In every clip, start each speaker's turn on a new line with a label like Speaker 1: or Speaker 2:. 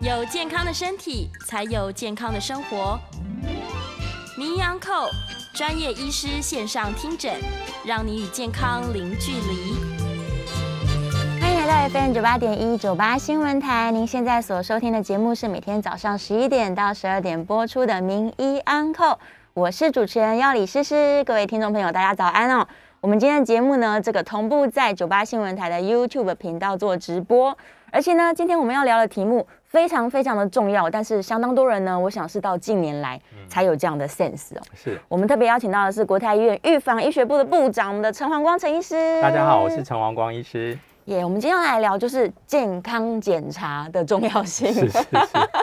Speaker 1: 有健康的身体，才有健康的生活。名医安扣专业医师线上听诊，让你与健康零距离。
Speaker 2: 欢迎来到 FM 九八点一九八新闻台，您现在所收听的节目是每天早上十一点到十二点播出的《名医安扣》，我是主持人要李诗诗，各位听众朋友，大家早安哦。我们今天的节目呢，这个同步在九八新闻台的 YouTube 频道做直播，而且呢，今天我们要聊的题目非常非常的重要，但是相当多人呢，我想是到近年来
Speaker 3: 嗯
Speaker 2: 才有这样的 sense 哦。
Speaker 3: 是，
Speaker 2: 我们特别邀请到的是国泰医院预防医学部的部长，我们的陈黄光陈医师。
Speaker 3: 大家好，
Speaker 2: 呃
Speaker 3: 我是陈王光医师。
Speaker 2: 耶我们今天要来聊就是健康检查的重要性。
Speaker 3: 是是是，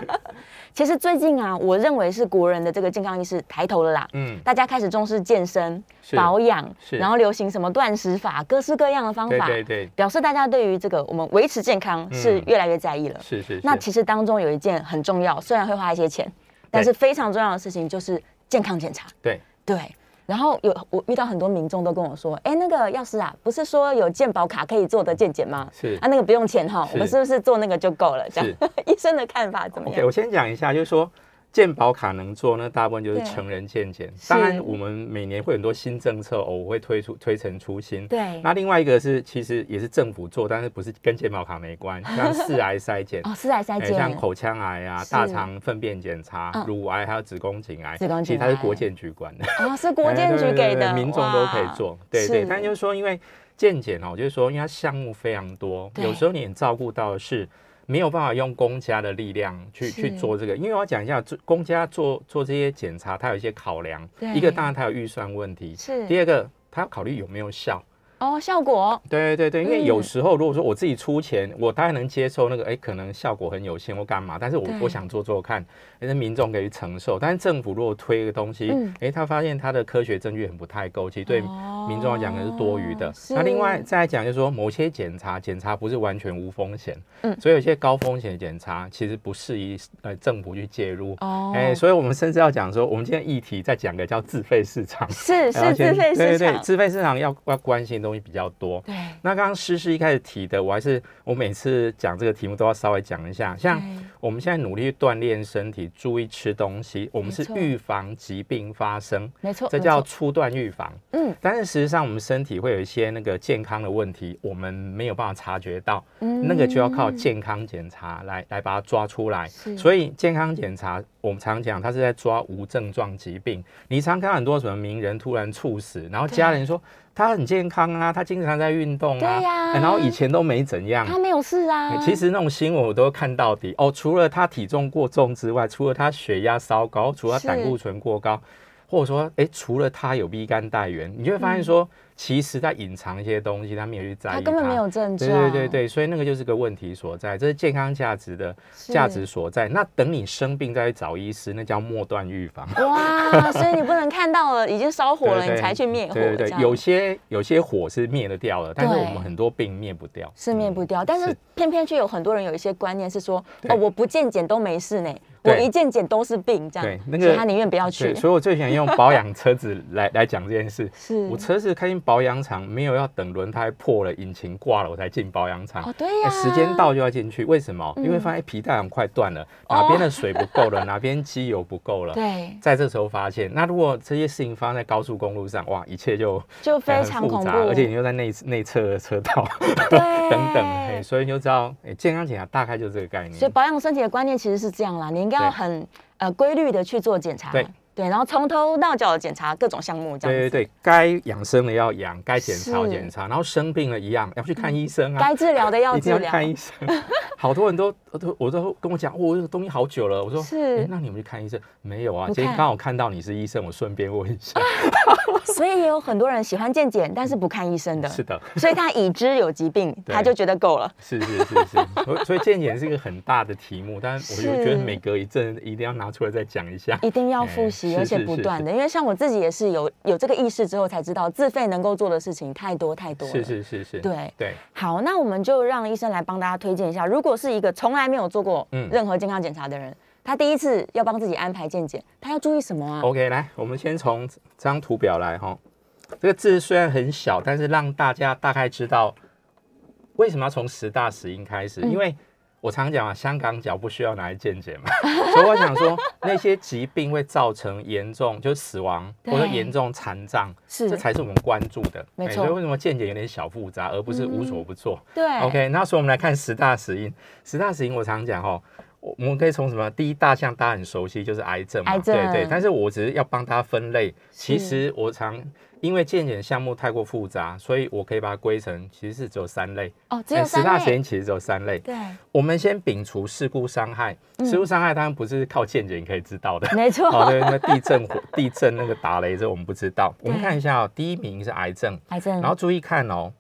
Speaker 2: 其实最近啊，我认为是国人的这个健康意识抬头了啦，
Speaker 3: 嗯，
Speaker 2: 大家开始重视健身、
Speaker 3: 是
Speaker 2: 保养，
Speaker 3: 是
Speaker 2: 然后流行什么断食法，各式各样的方
Speaker 3: 对
Speaker 2: 法，
Speaker 3: 对对，
Speaker 2: 表示大家对于这个我们维持健康是
Speaker 3: 嗯
Speaker 2: 越来越在意了。
Speaker 3: 是是是。
Speaker 2: 那其实当中有一件很重要，虽然会花一些钱，但是非常重要的事情就是健康检查。
Speaker 3: 对，
Speaker 2: 对，然后有我遇到很多民众都跟我说，哎，那个药师啊，不是说有健保卡可以做的健检吗？
Speaker 3: 是
Speaker 2: 啊，那个不用钱哈，
Speaker 3: 是
Speaker 2: 我们是不是做那个就够了？这样
Speaker 3: 是，
Speaker 2: 医生的看法怎么
Speaker 3: OK，
Speaker 2: 样？
Speaker 3: 我先讲一下，就是说健保卡能做，那大部分就是
Speaker 2: 对
Speaker 3: 成人健检。
Speaker 2: 是
Speaker 3: 当然，我们每年会有很多新政策哦，我会推出推陈出新。
Speaker 2: 对，
Speaker 3: 那另外一个是，其实也是政府做，但是不是跟健保卡没关，像四癌筛检
Speaker 2: ，哦，是来筛
Speaker 3: 哎像
Speaker 2: 检，
Speaker 3: 口腔癌啊、
Speaker 2: 是
Speaker 3: 大肠粪便检查
Speaker 2: 嗯、
Speaker 3: 乳癌还有子宫颈癌，
Speaker 2: 子宫
Speaker 3: 其实
Speaker 2: 颈
Speaker 3: 它是
Speaker 2: 癌
Speaker 3: 国健局管的。
Speaker 2: 哦， 是国
Speaker 3: 哎
Speaker 2: 健
Speaker 3: 对
Speaker 2: 局
Speaker 3: 对
Speaker 2: 给
Speaker 3: 对
Speaker 2: 的，
Speaker 3: 民众都可以
Speaker 2: 哇。
Speaker 3: 做，对
Speaker 2: 是
Speaker 3: 对。但就是说，因为健检哦，就是说，因为它项目非常多，
Speaker 2: 对
Speaker 3: 有时候你也照顾到的是没有办法用公家的力量去
Speaker 2: 是
Speaker 3: 去做这个，因为我要讲一下，做公家做做这些检查，它有一些考量
Speaker 2: 对，
Speaker 3: 一个当然它有预算问题，
Speaker 2: 是
Speaker 3: 第二个它要考虑有没有效。
Speaker 2: 哦，效果
Speaker 3: 对对对，因为有
Speaker 2: 嗯
Speaker 3: 时候如果说我自己出钱，我当然能接受那个，哎，可能效果很有限或干嘛，但是我
Speaker 2: 对
Speaker 3: 我想做做看，哎那民众可以承受。但是政府如果推一个东西
Speaker 2: 嗯，
Speaker 3: 哎、他发现他的科学证据很不太够，其实对
Speaker 2: 哦
Speaker 3: 民众来讲可能是多余的。
Speaker 2: 是
Speaker 3: 那另外再来讲就是说，某些检查检查不是完全无风险，
Speaker 2: 嗯
Speaker 3: 所以有些高风险的检查其实不适宜呃政府去介入。
Speaker 2: 哦，
Speaker 3: 哎、所以我们甚至要讲说，我们今天议题再讲个叫自费市场，
Speaker 2: 是
Speaker 3: 然
Speaker 2: 是
Speaker 3: 后先
Speaker 2: 自费市
Speaker 3: 哎 对对对，
Speaker 2: 场，
Speaker 3: 自费市场要要关心的东西比较多。
Speaker 2: 对，
Speaker 3: 那刚刚诗诗一开始提的，我还是我每次讲这个题目都要稍微讲一下。像
Speaker 2: 对
Speaker 3: 我们现在努力去锻炼身体，注意吃东西，我们是
Speaker 2: 没错
Speaker 3: 预防疾病发生，
Speaker 2: 没错，
Speaker 3: 这
Speaker 2: 没
Speaker 3: 叫
Speaker 2: 错
Speaker 3: 初段预防。
Speaker 2: 嗯
Speaker 3: 但是实际上，我们身体会有一些那个健康的问题，我们没有办法察觉到，
Speaker 2: 嗯
Speaker 3: 那个就要靠健康检查来来把它抓出来。
Speaker 2: 是
Speaker 3: 所以健康检查，我们常讲它是在抓无症状疾病。你常看到很多什么名人突然猝死，然后家人说他很健康啊，他经常在运动啊，
Speaker 2: 对呀
Speaker 3: 哎然后以前都没怎样。
Speaker 2: 他没有事啊
Speaker 3: 哎，其实那种新闻我都看到底哦，除了他体重过重之外，除了他血压稍高，除了他胆
Speaker 2: 是
Speaker 3: 固醇过高，或者说哎，除了他有 B 肝带源，你就会发现说，其实他隐藏一些东西，他没有去在意
Speaker 2: 嗯他根本没有症
Speaker 3: 对
Speaker 2: 状，
Speaker 3: 啊对对对，所以那个就是个问题所在，这是健康价值的
Speaker 2: 是
Speaker 3: 价值所在。那等你生病再去找医师，那叫末段预防。
Speaker 2: 哇，所以你不能看到了已经烧火了，
Speaker 3: 对对
Speaker 2: 你才去灭火，
Speaker 3: 对对
Speaker 2: 这
Speaker 3: 对，
Speaker 2: 样
Speaker 3: 有些有些火是灭得掉的，但是
Speaker 2: 对
Speaker 3: 我们很多病灭不掉，
Speaker 2: 是灭不
Speaker 3: 嗯
Speaker 2: 掉。但是
Speaker 3: 是
Speaker 2: 偏偏却有很多人有一些观念是说，
Speaker 3: 对
Speaker 2: 哦，我不健检都没事呢，我
Speaker 3: 对
Speaker 2: 一健检都是病，这样
Speaker 3: 对，那
Speaker 2: 所
Speaker 3: 个
Speaker 2: 以他宁愿不要
Speaker 3: 对，
Speaker 2: 去。
Speaker 3: 所以我最想用保养车子来来讲这件事。
Speaker 2: 是
Speaker 3: 我车子开进保养厂，没有要等轮胎破了、引擎挂了我才进保养厂。
Speaker 2: 哦，对呀，嗯
Speaker 3: 哎时间到就要进去，为什么？因为发现皮带很快断了，哪边的水不 够了，哪边机油不够了，
Speaker 2: 哦对，
Speaker 3: 在这时候发现，那如果这些事情发生在高速公路上，哇，一切就
Speaker 2: 就 非
Speaker 3: 呃很
Speaker 2: 常
Speaker 3: 复
Speaker 2: 恐怖
Speaker 3: 杂，，而且你又在内内侧的车道
Speaker 2: 对
Speaker 3: 等等，嘿，所以你就知道，哎，健康检查大概就这个概
Speaker 2: 所以
Speaker 3: 念。
Speaker 2: 保养身体的观念其实是这样啦，你应该要
Speaker 3: 对
Speaker 2: 很呃规律的去做检查，
Speaker 3: 对
Speaker 2: 然后从头到脚的检查各种项目这样子，
Speaker 3: 对对对，该养生的要养，该检查要
Speaker 2: 是嗯
Speaker 3: 检查，然后生病了一样要去看医生啊，
Speaker 2: 该治疗的要
Speaker 3: 一定
Speaker 2: 治
Speaker 3: 要
Speaker 2: 疗，
Speaker 3: 看医生。好多人都都我都跟我讲，我、哦、这个东西好久了。我说
Speaker 2: 是
Speaker 3: 诶那你们去看医生没有啊？
Speaker 2: 不
Speaker 3: 今天
Speaker 2: 看
Speaker 3: 刚好看到你是医生，我顺便问一 下。
Speaker 2: 所以也有很多人喜欢健检，但是不看医生的，
Speaker 3: 是的，
Speaker 2: 所以他已知有疾病，
Speaker 3: 对
Speaker 2: 他就觉得够了。
Speaker 3: 是是是 是，所以所以健检是一个很大的题目，但我就是觉得每隔一阵一定要拿出来再讲一下。
Speaker 2: 一定要复习，
Speaker 3: 哎
Speaker 2: 而且
Speaker 3: 是是
Speaker 2: 不
Speaker 3: 是
Speaker 2: 断的，因为像我自己也是有有这个意识之后才知道，自费能够做的事情太多太多了。
Speaker 3: 是是是是，
Speaker 2: 对
Speaker 3: 对，
Speaker 2: 好，那我们就让医生来帮大家推荐一下，如果是一个从来没有做过
Speaker 3: 嗯
Speaker 2: 任何健康检查的人，他第一次要帮自己安排健检，他要注意什么啊？
Speaker 3: OK，来，我们先从这张图表来哈。这个字虽然很小，
Speaker 2: 嗯
Speaker 3: 但是让大家大概知道为什么要从十大死因开始，因为我常讲啊，香港脚不需要拿来健检嘛， 所以我想说，那些疾病会造成严重就是死亡
Speaker 2: 对
Speaker 3: 或者严重残障，
Speaker 2: 是
Speaker 3: 这才是我们关注的。
Speaker 2: 没
Speaker 3: 哎
Speaker 2: 错
Speaker 3: 所以为什么健检有点小复杂，而不是无所不做？
Speaker 2: 对
Speaker 3: OK，那所以我们来看十大死因。十大死因我常讲哦，我我们可以从什么？第一大项大家很熟悉，就是癌症嘛，
Speaker 2: 癌症
Speaker 3: 对对。但是我只是要帮大家分类。其实我常因为健检项目太过复杂，所以我可以把它归成其实是只有三类。
Speaker 2: 哦，只有
Speaker 3: 哎十
Speaker 2: 三
Speaker 3: 大死
Speaker 2: 类，
Speaker 3: 因其实只有三类。
Speaker 2: 对，
Speaker 3: 我们先摒除事故伤害，
Speaker 2: 嗯
Speaker 3: 事故伤害当然不是靠健检可以知道 的。哦
Speaker 2: 没错，
Speaker 3: 好、对，那地震、火地震那个打雷这我们不知道。我们看一下哦，第一名是癌症，
Speaker 2: 癌症，
Speaker 3: 然后注意看哦，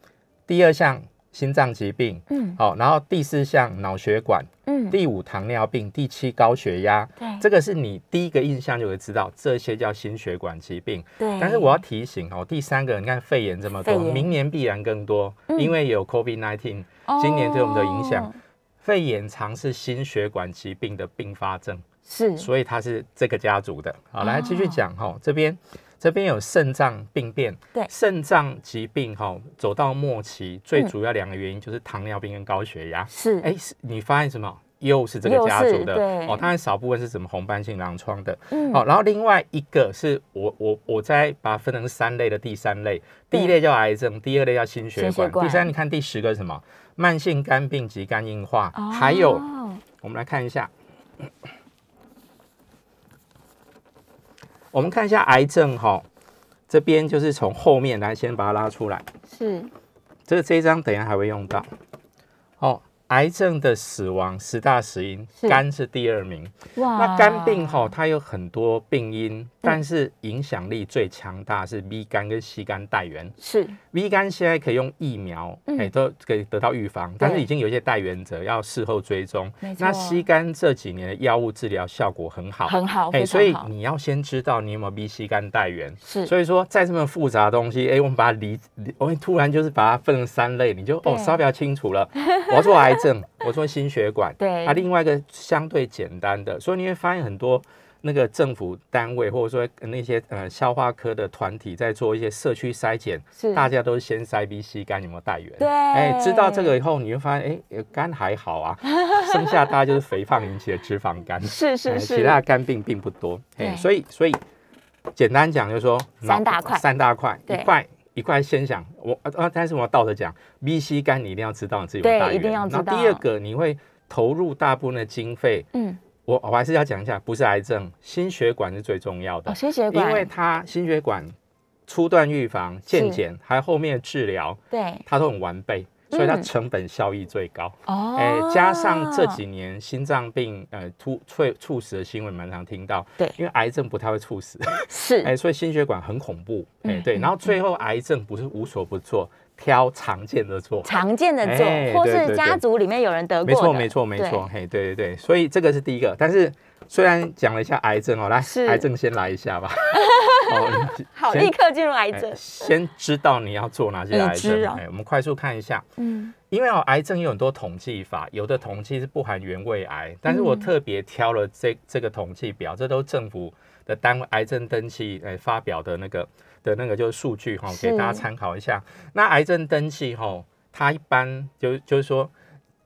Speaker 3: 第二项心脏疾病，
Speaker 2: 嗯
Speaker 3: 好、然后第四项脑血管，
Speaker 2: 嗯，
Speaker 3: 第五糖尿病，第七高血压，
Speaker 2: 对
Speaker 3: 这个是你第一个印象就会知道，这些叫心血管疾病。
Speaker 2: 对，
Speaker 3: 但是我要提醒哦，第三个，你看肺炎这么
Speaker 2: 嗯
Speaker 3: 多
Speaker 2: 肺，炎嗯
Speaker 3: 明年必然更多，因为有 COVID-19，
Speaker 2: 哦
Speaker 3: 今年对我们的影响肺炎常是心血管疾病的并发症，
Speaker 2: 是
Speaker 3: 所以它是这个家族的。好，来
Speaker 2: 哦
Speaker 3: 继续讲哈、哦，这边这边有肾脏病变，
Speaker 2: 对
Speaker 3: 肾脏疾病哈、哦，走到末期，最
Speaker 2: 嗯
Speaker 3: 主要两个原因就是糖尿病跟高血压。
Speaker 2: 是，
Speaker 3: 哎、是你发现什么？又是这
Speaker 2: 又是
Speaker 3: 个家族的
Speaker 2: 对
Speaker 3: 哦，当然少部分是什么红斑性狼疮的，
Speaker 2: 嗯
Speaker 3: 好、然后另外一个是我我我再把它分成三类的第三类，第一类叫癌症，第二类叫心血
Speaker 2: 心
Speaker 3: 管，
Speaker 2: 血管
Speaker 3: 第三你看第十个是什么？慢性肝病及肝硬化，还有
Speaker 2: 哦
Speaker 3: 我们来看一下，我们看一下癌症哈、这边就是从后面来先把它拉出来，
Speaker 2: 是
Speaker 3: 这这一章等一下还会用到。哦，癌症的死亡十大死因
Speaker 2: 是，哦
Speaker 3: 肝是第二名。
Speaker 2: 哇
Speaker 3: 那肝病哈、它有很多病
Speaker 2: 嗯
Speaker 3: 因，但是影响力最强大是 B 肝跟 C 肝带源。
Speaker 2: 是
Speaker 3: B 肝现在可以用疫苗，哎、
Speaker 2: 嗯
Speaker 3: 都可以得到预防，但是已经有一些带源者要事后追踪
Speaker 2: 没。错
Speaker 3: 那 C 肝这几年的药物治疗效果很好，
Speaker 2: 很好，
Speaker 3: 哎、
Speaker 2: 非
Speaker 3: 所
Speaker 2: 常
Speaker 3: 以
Speaker 2: 好，
Speaker 3: 你要先知道你有没有 B、C 肝带源。
Speaker 2: 是
Speaker 3: 所以说，在这么复杂的东西，哎、我们把它理，理我们突然就是把它分成三类，你就
Speaker 2: 对啊
Speaker 3: 哦稍微清楚了。我要做癌症， 我做心血管，
Speaker 2: 对
Speaker 3: 啊，另外一个相对简单的，所以你会发现很多那个政府单位或者说呃那些呃消化科的团体在做一些社区筛检，
Speaker 2: 是
Speaker 3: 大家都是先筛 B、C 肝有没有带源，
Speaker 2: 对
Speaker 3: 哎、知道这个以后，你会发现，哎、呃肝还好啊，剩下大家就是肥胖引起的脂肪肝。
Speaker 2: 是是
Speaker 3: 哎
Speaker 2: 是，
Speaker 3: 其他的肝病并不多，哎、
Speaker 2: 对
Speaker 3: 所以所以简单讲就是说
Speaker 2: 三
Speaker 3: 脑
Speaker 2: 大块
Speaker 3: 三大块，一
Speaker 2: 对
Speaker 3: 块一块先想我啊，但是我要倒着讲，B、C 肝你一定要知道你自己
Speaker 2: 对
Speaker 3: 有大
Speaker 2: 一定要知道
Speaker 3: 然后第二个你会投入大部分的经费，
Speaker 2: 嗯，
Speaker 3: 我我还是要讲一下，不是癌症，心血管是最重要的，
Speaker 2: 哦，心血管，
Speaker 3: 因为它心血管初段预防、健
Speaker 2: 是
Speaker 3: 检还有后面的治疗，
Speaker 2: 对
Speaker 3: 它都很完备，所以它
Speaker 2: 嗯
Speaker 3: 成本效益最高。
Speaker 2: 哦，
Speaker 3: 哎、加上这几年心脏病呃突猝猝死的新闻蛮常听到，
Speaker 2: 对
Speaker 3: 因为癌症不太会猝死，
Speaker 2: 是
Speaker 3: 哎、所以心血管很恐怖，哎、
Speaker 2: 嗯
Speaker 3: 对，然后最后癌症不是无所不做，挑常见的做。
Speaker 2: 常见的做，
Speaker 3: 哎
Speaker 2: 或
Speaker 3: 对
Speaker 2: 是
Speaker 3: 对
Speaker 2: 家
Speaker 3: 对
Speaker 2: 族里面有人得过
Speaker 3: 没错，
Speaker 2: 的
Speaker 3: 没错，没
Speaker 2: 对
Speaker 3: 错，嘿，对对对，所以这个是第一个。但是虽然讲了一下癌症哦，来
Speaker 2: 是，
Speaker 3: 癌症先来 一下吧。哦，
Speaker 2: 好，
Speaker 3: 先
Speaker 2: 立刻进入癌
Speaker 3: 哎
Speaker 2: 症。
Speaker 3: 先知道你要做哪些
Speaker 2: 已
Speaker 3: 癌
Speaker 2: 知
Speaker 3: 症。
Speaker 2: 啊
Speaker 3: 哎，我们快速看一下，
Speaker 2: 嗯，
Speaker 3: 因为哦，癌症有很多统计法，有的统计是不含原位癌，但是
Speaker 2: 嗯
Speaker 3: 我特别挑了这这个统计表，这都是政府的单位癌症登记诶、呃发表的那个的那个就是数据哈、
Speaker 2: 是
Speaker 3: 给大家参考一下。那癌症登记哈、它一般就就是说。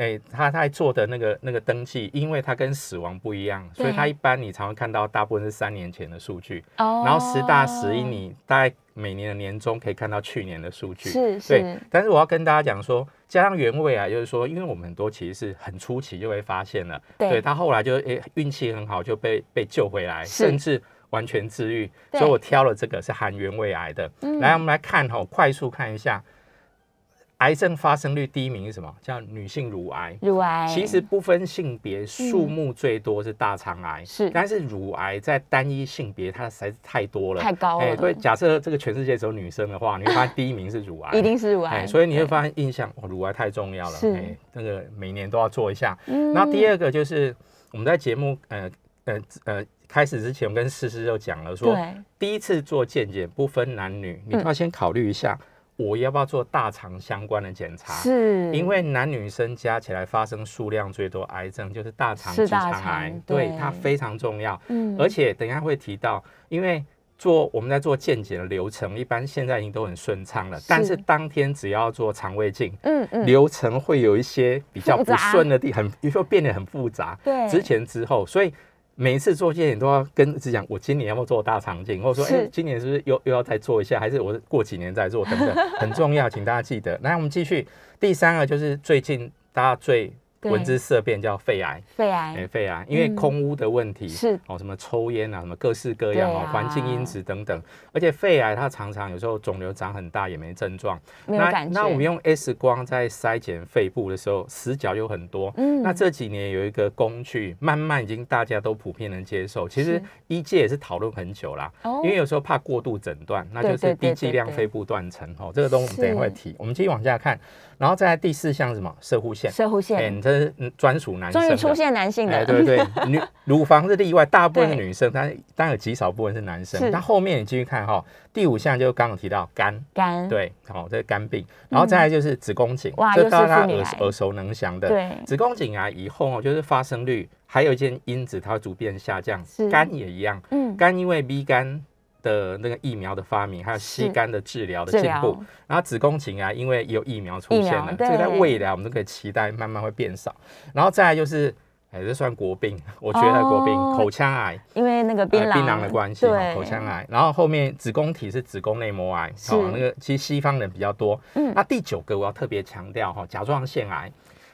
Speaker 3: 哎，它它做的那个那个登记，因为它跟死亡不一样，所以
Speaker 2: 对
Speaker 3: 它一般你常会看到大部分是三年前的数据。
Speaker 2: 哦
Speaker 3: 然后十大死因，你大概每年的年终可以看到去年的数据，
Speaker 2: 是
Speaker 3: 对
Speaker 2: 是。
Speaker 3: 但是我要跟大家讲说，加上原位啊，就是说，因为我们很多其实是很初期就会发现了，
Speaker 2: 对
Speaker 3: 他后来就诶运气很好就被被救回来，
Speaker 2: 是
Speaker 3: 甚至完全治愈。
Speaker 2: 对嗯
Speaker 3: 所以我挑了这个是含原位癌的。来，我们来看哈、快速看一下，癌症发生率第一名是什么？叫女性乳癌。
Speaker 2: 乳癌，
Speaker 3: 其实不分性别，数目最多是大肠癌，
Speaker 2: 嗯是
Speaker 3: 但是乳癌在单一性别它实在是太多了，哎
Speaker 2: 太高了
Speaker 3: 所以假设这个全世界只有女生的话，你会发现第一名是乳癌，
Speaker 2: 一定是乳癌，
Speaker 3: 哎，所以你会发现印象，哦，乳癌太重要了，
Speaker 2: 是
Speaker 3: 哎，那个每年都要做一下。
Speaker 2: 嗯
Speaker 3: 那第二个就是我们在节目呃呃呃开始之前，我跟诗诗就讲了说，
Speaker 2: 对
Speaker 3: 第一次做健检不分男女，你
Speaker 2: 嗯
Speaker 3: 都要先考虑一下，我要不要做大肠相关的检查？
Speaker 2: 是
Speaker 3: 因为男女生加起来发生数量最多癌症就是大肠
Speaker 2: 是
Speaker 3: 直
Speaker 2: 大
Speaker 3: 肠癌
Speaker 2: 肠，
Speaker 3: 对
Speaker 2: 对
Speaker 3: 它非常重要。
Speaker 2: 嗯
Speaker 3: 而且等一下会提到，因为做我们在做健检的流程，一般现在已经都很顺畅了。
Speaker 2: 是
Speaker 3: 但是当天只要做肠胃镜，
Speaker 2: 嗯嗯，
Speaker 3: 流程会有一些比较
Speaker 2: 复
Speaker 3: 不
Speaker 2: 杂
Speaker 3: 顺的地，很又变得很复杂。
Speaker 2: 对
Speaker 3: 之前之后，所以每一次做健检都要跟自己讲，我今年要不要做大肠镜，或者说，哎、
Speaker 2: 是
Speaker 3: 今年是不是又又要再做一下，还是我过几年再做等 等，很重要，请大家记得。来，我们继续，第三个就是最近大家最
Speaker 2: 对
Speaker 3: 闻之色变叫肺癌，
Speaker 2: 肺
Speaker 3: 哎、
Speaker 2: 癌
Speaker 3: 肺癌，因为
Speaker 2: 嗯
Speaker 3: 空污的问题、
Speaker 2: 是
Speaker 3: 哦，什么抽烟啊，什么各式各样
Speaker 2: 对
Speaker 3: 哦
Speaker 2: 啊，
Speaker 3: 环境因子等等，而且肺癌它常常有时候肿瘤长很大也没症状，
Speaker 2: 没有感觉。
Speaker 3: 那我们用 X 光在筛检肺部的时候，死角有很多。
Speaker 2: 嗯
Speaker 3: 那这几年有一个工具，慢慢已经大家都普遍能接受。其实
Speaker 2: 是
Speaker 3: 医界也是讨论很久啦，
Speaker 2: 哦
Speaker 3: 因为有时候怕过度诊断，那
Speaker 2: 对
Speaker 3: 就
Speaker 2: 对对
Speaker 3: 是低
Speaker 2: 对
Speaker 3: 剂量
Speaker 2: 对
Speaker 3: 肺部断层哦，这个东西我们
Speaker 2: 是
Speaker 3: 等一会提。我们继续往下看，然后再来第四项是什么？射护线。
Speaker 2: 射护
Speaker 3: 哎，
Speaker 2: 线
Speaker 3: 你这是嗯专属男生
Speaker 2: 终于
Speaker 3: 的。
Speaker 2: 出现男性的，
Speaker 3: 哎，对对对，女乳房是例外，大部分是
Speaker 2: 对
Speaker 3: 女生，但但有极少部分是男生
Speaker 2: 是。
Speaker 3: 那后面你继续看哈、第五项就刚刚有提到肝，
Speaker 2: 肝
Speaker 3: 对，好、这是肝病，然后再来就是子宫颈，
Speaker 2: 嗯哇又
Speaker 3: 这
Speaker 2: 是
Speaker 3: 大家
Speaker 2: 妇女
Speaker 3: 耳
Speaker 2: 癌
Speaker 3: 耳熟能详的。
Speaker 2: 对
Speaker 3: 子宫颈癌以后哦，就是发生率还有一件因子它会逐渐下降
Speaker 2: 是，
Speaker 3: 肝也一样，
Speaker 2: 嗯
Speaker 3: 肝因为 B 肝。的那个疫苗的发明，还有
Speaker 2: 是
Speaker 3: C 肝的治疗的
Speaker 2: 治
Speaker 3: 进
Speaker 2: 疗
Speaker 3: 步，然后子宫颈啊癌因为有疫苗出
Speaker 2: 疫
Speaker 3: 现
Speaker 2: 苗
Speaker 3: 了，这个在
Speaker 2: 对
Speaker 3: 未来我们都可以期待慢慢会变少。然后再来就是，哎，这算国病，我觉得国病，
Speaker 2: 哦
Speaker 3: 口腔癌，
Speaker 2: 因为那个槟
Speaker 3: 呃
Speaker 2: 榔
Speaker 3: 槟榔的关系，
Speaker 2: 对
Speaker 3: 哦口腔癌，然后后面子宫体是子宫内膜癌，
Speaker 2: 是
Speaker 3: 哦，那个其实西方人比较多。
Speaker 2: 嗯
Speaker 3: 那第九个我要特别强调哈，甲状腺癌，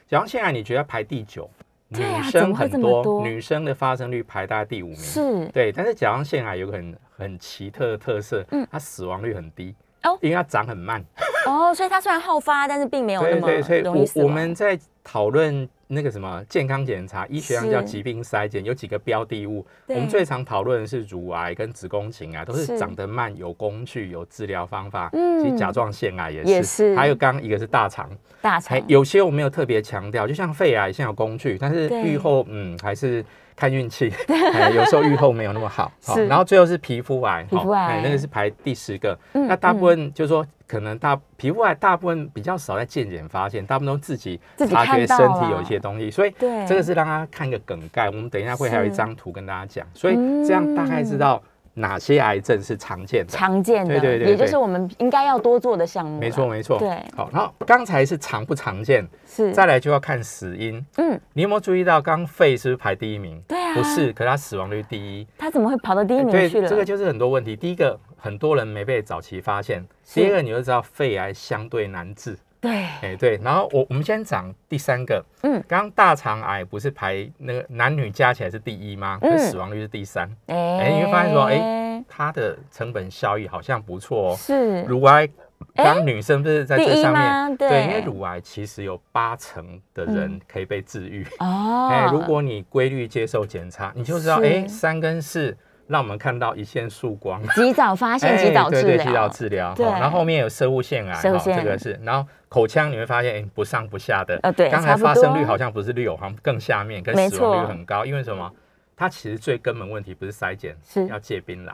Speaker 3: 甲状腺癌你觉得排第九，女
Speaker 2: 对啊怎
Speaker 3: 生
Speaker 2: 么会
Speaker 3: 很
Speaker 2: 这么
Speaker 3: 多，
Speaker 2: 多
Speaker 3: 女生的发生率排大概第五名，
Speaker 2: 是
Speaker 3: 对，但是甲状腺癌有个很很奇特的特色，它死亡率很低。
Speaker 2: 嗯哦
Speaker 3: 因为它长很慢，
Speaker 2: 哦，所以它虽然好发，但是并没有那
Speaker 3: 对
Speaker 2: 么
Speaker 3: 对，所以
Speaker 2: 容易
Speaker 3: 我
Speaker 2: 死亡。
Speaker 3: 我们在讨论那个什么健康检查，医学上叫
Speaker 2: 是
Speaker 3: 疾病筛检，有几个标的物，
Speaker 2: 对
Speaker 3: 我们最常讨论的是乳癌跟子宫颈癌，啊都
Speaker 2: 是
Speaker 3: 是长得慢，有工具，有治疗方法。
Speaker 2: 嗯
Speaker 3: 其实甲状腺癌也是，
Speaker 2: 也是
Speaker 3: 还有刚刚一个是大肠，
Speaker 2: 大
Speaker 3: 还
Speaker 2: 肠
Speaker 3: 有些我没有特别强调，就像肺癌现在有工具，但是
Speaker 2: 对
Speaker 3: 愈后嗯还是看运气，哎有时候愈后没有那么好。好
Speaker 2: 是
Speaker 3: 然后最后是皮肤癌，
Speaker 2: 皮肤
Speaker 3: 哦
Speaker 2: 癌
Speaker 3: 哎那个是排第十个。
Speaker 2: 嗯
Speaker 3: 那大部分就是说，可能大皮肤癌大部分比较少在健检发现，大部分都自己
Speaker 2: 自己
Speaker 3: 察觉
Speaker 2: 看到
Speaker 3: 身体
Speaker 2: 啦
Speaker 3: 有一些东西，所以
Speaker 2: 对
Speaker 3: 这个是让大家看一个梗概。我们等一下会还有一
Speaker 2: 是
Speaker 3: 张图跟大家讲，所以这样大概知道哪些癌症是常见的。
Speaker 2: 嗯常见的，
Speaker 3: 对对对
Speaker 2: 也就
Speaker 3: 对
Speaker 2: 是我们应该要多做的项目啦。
Speaker 3: 没错，没错。
Speaker 2: 对
Speaker 3: 好，然后刚才是常不常见，
Speaker 2: 是
Speaker 3: 再来就要看死因。
Speaker 2: 嗯，
Speaker 3: 你有没有注意到，刚刚肺是不是排第一名？
Speaker 2: 对啊
Speaker 3: 不是，可是它死亡率第一。
Speaker 2: 他怎么会跑到第一名
Speaker 3: 对，
Speaker 2: 去了？
Speaker 3: 这个就是很多问题。第一个，很多人没被早期发现；
Speaker 2: 是
Speaker 3: 第二个，你就知道肺癌相对难治。
Speaker 2: 对
Speaker 3: 哎、对。然后我我们先讲第三个，
Speaker 2: 嗯
Speaker 3: 刚刚大肠癌不是排那个男女加起来是第一吗？
Speaker 2: 嗯
Speaker 3: 可是死亡率是第三，
Speaker 2: 哎
Speaker 3: 你会发现说哎它的成本效益好像不错哦。
Speaker 2: 是
Speaker 3: 乳癌，
Speaker 2: 哎
Speaker 3: 刚刚女生不是在
Speaker 2: 第
Speaker 3: 最
Speaker 2: 一
Speaker 3: 上
Speaker 2: 吗
Speaker 3: 面？
Speaker 2: 对嗯
Speaker 3: 因为乳癌其实有八成的人可以被治愈。
Speaker 2: 哦，
Speaker 3: 哎、如果你规律接受检查，你就知道，
Speaker 2: 是
Speaker 3: 哎、三跟四让我们看到一线曙光。
Speaker 2: 及早发 现，及早
Speaker 3: 哎对
Speaker 2: 治
Speaker 3: 对，
Speaker 2: 疗，
Speaker 3: 及早治疗。
Speaker 2: 对
Speaker 3: 好然后后面有生物腺癌，
Speaker 2: 生物
Speaker 3: 好
Speaker 2: 腺
Speaker 3: 这个是，然后口腔你会发现，哎，不上不下的。
Speaker 2: 呃对
Speaker 3: 刚
Speaker 2: 差
Speaker 3: 才
Speaker 2: 不多
Speaker 3: 发生率好像不是六，好像更下面，跟
Speaker 2: 没
Speaker 3: 死亡
Speaker 2: 错
Speaker 3: 率很高，因为什么？它其实最根本问题不是筛检，
Speaker 2: 是
Speaker 3: 要戒槟榔，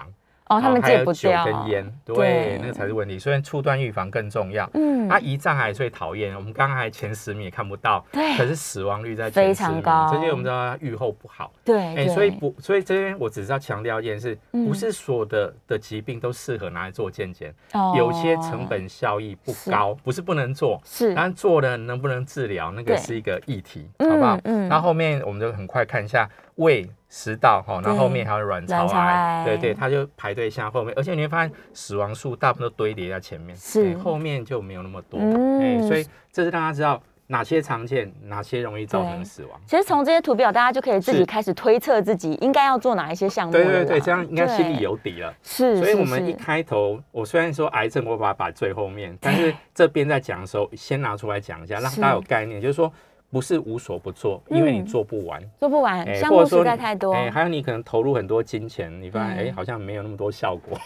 Speaker 2: 哦，他们
Speaker 3: 然后还
Speaker 2: 戒
Speaker 3: 有
Speaker 2: 不
Speaker 3: 酒
Speaker 2: 掉
Speaker 3: 跟烟，
Speaker 2: 对
Speaker 3: 对，那个才是问题。所以初段预防更重要。
Speaker 2: 嗯
Speaker 3: 它胰脏癌最讨厌，我们刚才前十名也看不到，
Speaker 2: 对
Speaker 3: 可是死亡率在
Speaker 2: 非
Speaker 3: 前十
Speaker 2: 常
Speaker 3: 名
Speaker 2: 高
Speaker 3: 这些我们知道它预后不好。
Speaker 2: 对
Speaker 3: 哎、
Speaker 2: 对，
Speaker 3: 所以不，所以这边我只是要强调一件事，
Speaker 2: 嗯
Speaker 3: 不是所有的的疾病都适合拿来做健检，
Speaker 2: 哦
Speaker 3: 有些成本效益不高，不是不能做，
Speaker 2: 是
Speaker 3: 但做了能不能治疗，那
Speaker 2: 对
Speaker 3: 个是一个议题，
Speaker 2: 嗯
Speaker 3: 好不好？
Speaker 2: 嗯
Speaker 3: 那后面我们就很快看一下胃、食道哈，
Speaker 2: 对
Speaker 3: 然后后面还有卵巢
Speaker 2: 卵巢癌
Speaker 3: 癌，对对，它就排队下后面，而且你会发现死亡数大部分都堆叠在前面，
Speaker 2: 是
Speaker 3: 哎后面就没有那么多，
Speaker 2: 嗯
Speaker 3: 哎，所以这是让大家知道哪些常见，哪些容易造
Speaker 2: 对
Speaker 3: 成死亡。
Speaker 2: 其实从这些图表，大家就可以自己
Speaker 3: 是
Speaker 2: 开始推测自己应该要做哪一些项目了
Speaker 3: 对
Speaker 2: 啦。
Speaker 3: 对对，这样应该心里
Speaker 2: 嗯对
Speaker 3: 有底了。
Speaker 2: 是，
Speaker 3: 所以
Speaker 2: 是
Speaker 3: 我们一
Speaker 2: 是
Speaker 3: 开头，我虽然说癌症我把它摆最后面，但是这边在讲的时候，先拿出来讲一下，让
Speaker 2: 是
Speaker 3: 大家有概念，就是说不是无所不做，因为你
Speaker 2: 嗯
Speaker 3: 做不完。
Speaker 2: 做不完，
Speaker 3: 哎
Speaker 2: 项
Speaker 3: 或
Speaker 2: 目
Speaker 3: 者说
Speaker 2: 实在
Speaker 3: 你
Speaker 2: 太多。
Speaker 3: 哎，还有你可能投入很多金钱，你发现
Speaker 2: 嗯
Speaker 3: 哎好像没有那么多效 果，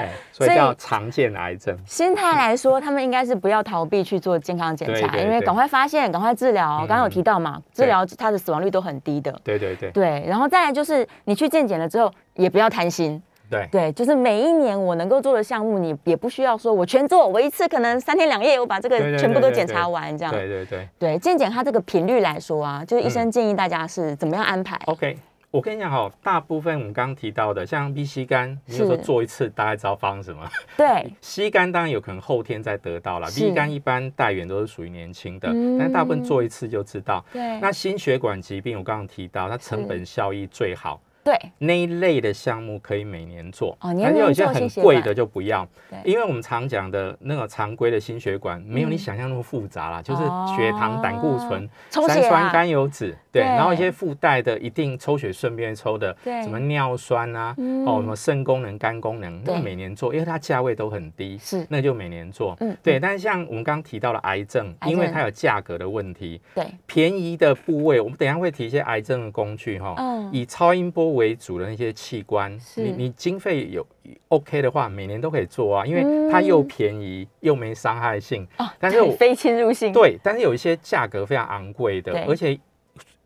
Speaker 3: 哎，所
Speaker 2: 所
Speaker 3: 以
Speaker 2: 以
Speaker 3: 叫常见癌症。
Speaker 2: 心态来说，他们应该是不要逃避去做健康检
Speaker 3: 对
Speaker 2: 查，
Speaker 3: 对
Speaker 2: 因为
Speaker 3: 对
Speaker 2: 赶快发现，赶快治疗。刚刚有
Speaker 3: 嗯
Speaker 2: 提到嘛，治疗它的死亡率都很低的。
Speaker 3: 对对对
Speaker 2: 对，然后再来就是你去健检了之后，也不要贪心。
Speaker 3: 对
Speaker 2: 对，就是每一年我能够做的项目，你也不需要说我全做，我一次可能三天两夜，我把这
Speaker 3: 对
Speaker 2: 个
Speaker 3: 对
Speaker 2: 全部
Speaker 3: 对
Speaker 2: 都
Speaker 3: 对
Speaker 2: 检
Speaker 3: 对
Speaker 2: 查完这样。
Speaker 3: 对对对嗯
Speaker 2: 对，健检它这个频率来说啊，就是医生建议大家是怎么样安排？
Speaker 3: ，OK。我跟你讲哦，大部分我们刚刚提到的，像 B C 肝，你有时候
Speaker 2: 是
Speaker 3: 做一次大概知道发生什么。
Speaker 2: 对，
Speaker 3: C 肝当然有可能后天再得到了
Speaker 2: 是
Speaker 3: ，B 肝一般带源都是属于年轻的，
Speaker 2: 嗯
Speaker 3: 但大部分做一次就知道。
Speaker 2: 对
Speaker 3: 那心血管疾病，我刚刚提到，它成本效益最好，
Speaker 2: 对，
Speaker 3: 那一类的项目可以每年做，
Speaker 2: 哦年
Speaker 3: 但是有
Speaker 2: 年
Speaker 3: 一些
Speaker 2: 做
Speaker 3: 很
Speaker 2: 心血
Speaker 3: 贵
Speaker 2: 管
Speaker 3: 的就不要，
Speaker 2: 对嗯
Speaker 3: 因为我们常讲的那个常规的心血管没有你想象那么复杂啦，就是血糖、胆固醇、
Speaker 2: 哦抽
Speaker 3: 三
Speaker 2: 血
Speaker 3: 酸
Speaker 2: 啊，
Speaker 3: 甘油脂，
Speaker 2: 对
Speaker 3: 对，然后一些附带的一定抽血顺便抽的，
Speaker 2: 对
Speaker 3: 什么尿酸啊，
Speaker 2: 嗯
Speaker 3: 哦，什么肾功能、肝功能，
Speaker 2: 对
Speaker 3: 那每年做，因为它价位都很低，
Speaker 2: 是
Speaker 3: 那就每年做，
Speaker 2: 嗯
Speaker 3: 对。但是像我们刚刚提到的癌症，
Speaker 2: 癌症
Speaker 3: 因为它有价格的问题，
Speaker 2: 对，
Speaker 3: 便宜的部位，我们等一下会提一些癌症的工具哈、
Speaker 2: 嗯
Speaker 3: 以超音波为主的那些器官，
Speaker 2: 是
Speaker 3: 你你经费有 OK 的话，每年都可以做啊，因为它又便宜、又没伤害性。
Speaker 2: 嗯哦，
Speaker 3: 但是
Speaker 2: 对
Speaker 3: 我
Speaker 2: 非侵入性，
Speaker 3: 对，但是有一些价格非常昂贵的
Speaker 2: 对，
Speaker 3: 而且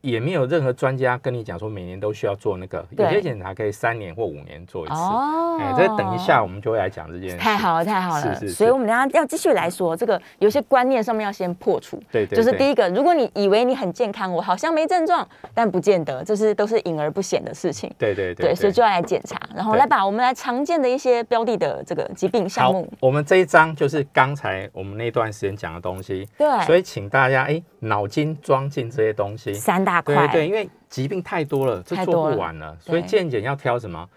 Speaker 3: 也没有任何专家跟你讲说每年都需要做那个，
Speaker 2: 对
Speaker 3: 有些检查可以三年或五年做一次。
Speaker 2: 哦，
Speaker 3: 哎，这等一下我们就会来讲这件事。
Speaker 2: 太好了，太好了！
Speaker 3: 是是是
Speaker 2: 所以，我们等一下要继续来说这个，有些观念上面要先破除。
Speaker 3: 对对
Speaker 2: 就是
Speaker 3: 对
Speaker 2: 第一个，如果你以为你很健康，我好像没症状，但不见得，这是都是隐而不显的事情。
Speaker 3: 对对对
Speaker 2: 对，所以就要来检查，然后
Speaker 3: 对
Speaker 2: 来把我们来常见的一些标的的这个疾病项
Speaker 3: 好
Speaker 2: 目，，
Speaker 3: 我们这一章就是刚才我们那段时间讲的东西，
Speaker 2: 对
Speaker 3: 所以请大家哎，脑筋装进这些东西，
Speaker 2: 三大
Speaker 3: 对
Speaker 2: 块，
Speaker 3: 对，因为疾病太多了，这
Speaker 2: 太多
Speaker 3: 做
Speaker 2: 了
Speaker 3: 不完了，所以
Speaker 2: 对
Speaker 3: 健检要挑什么？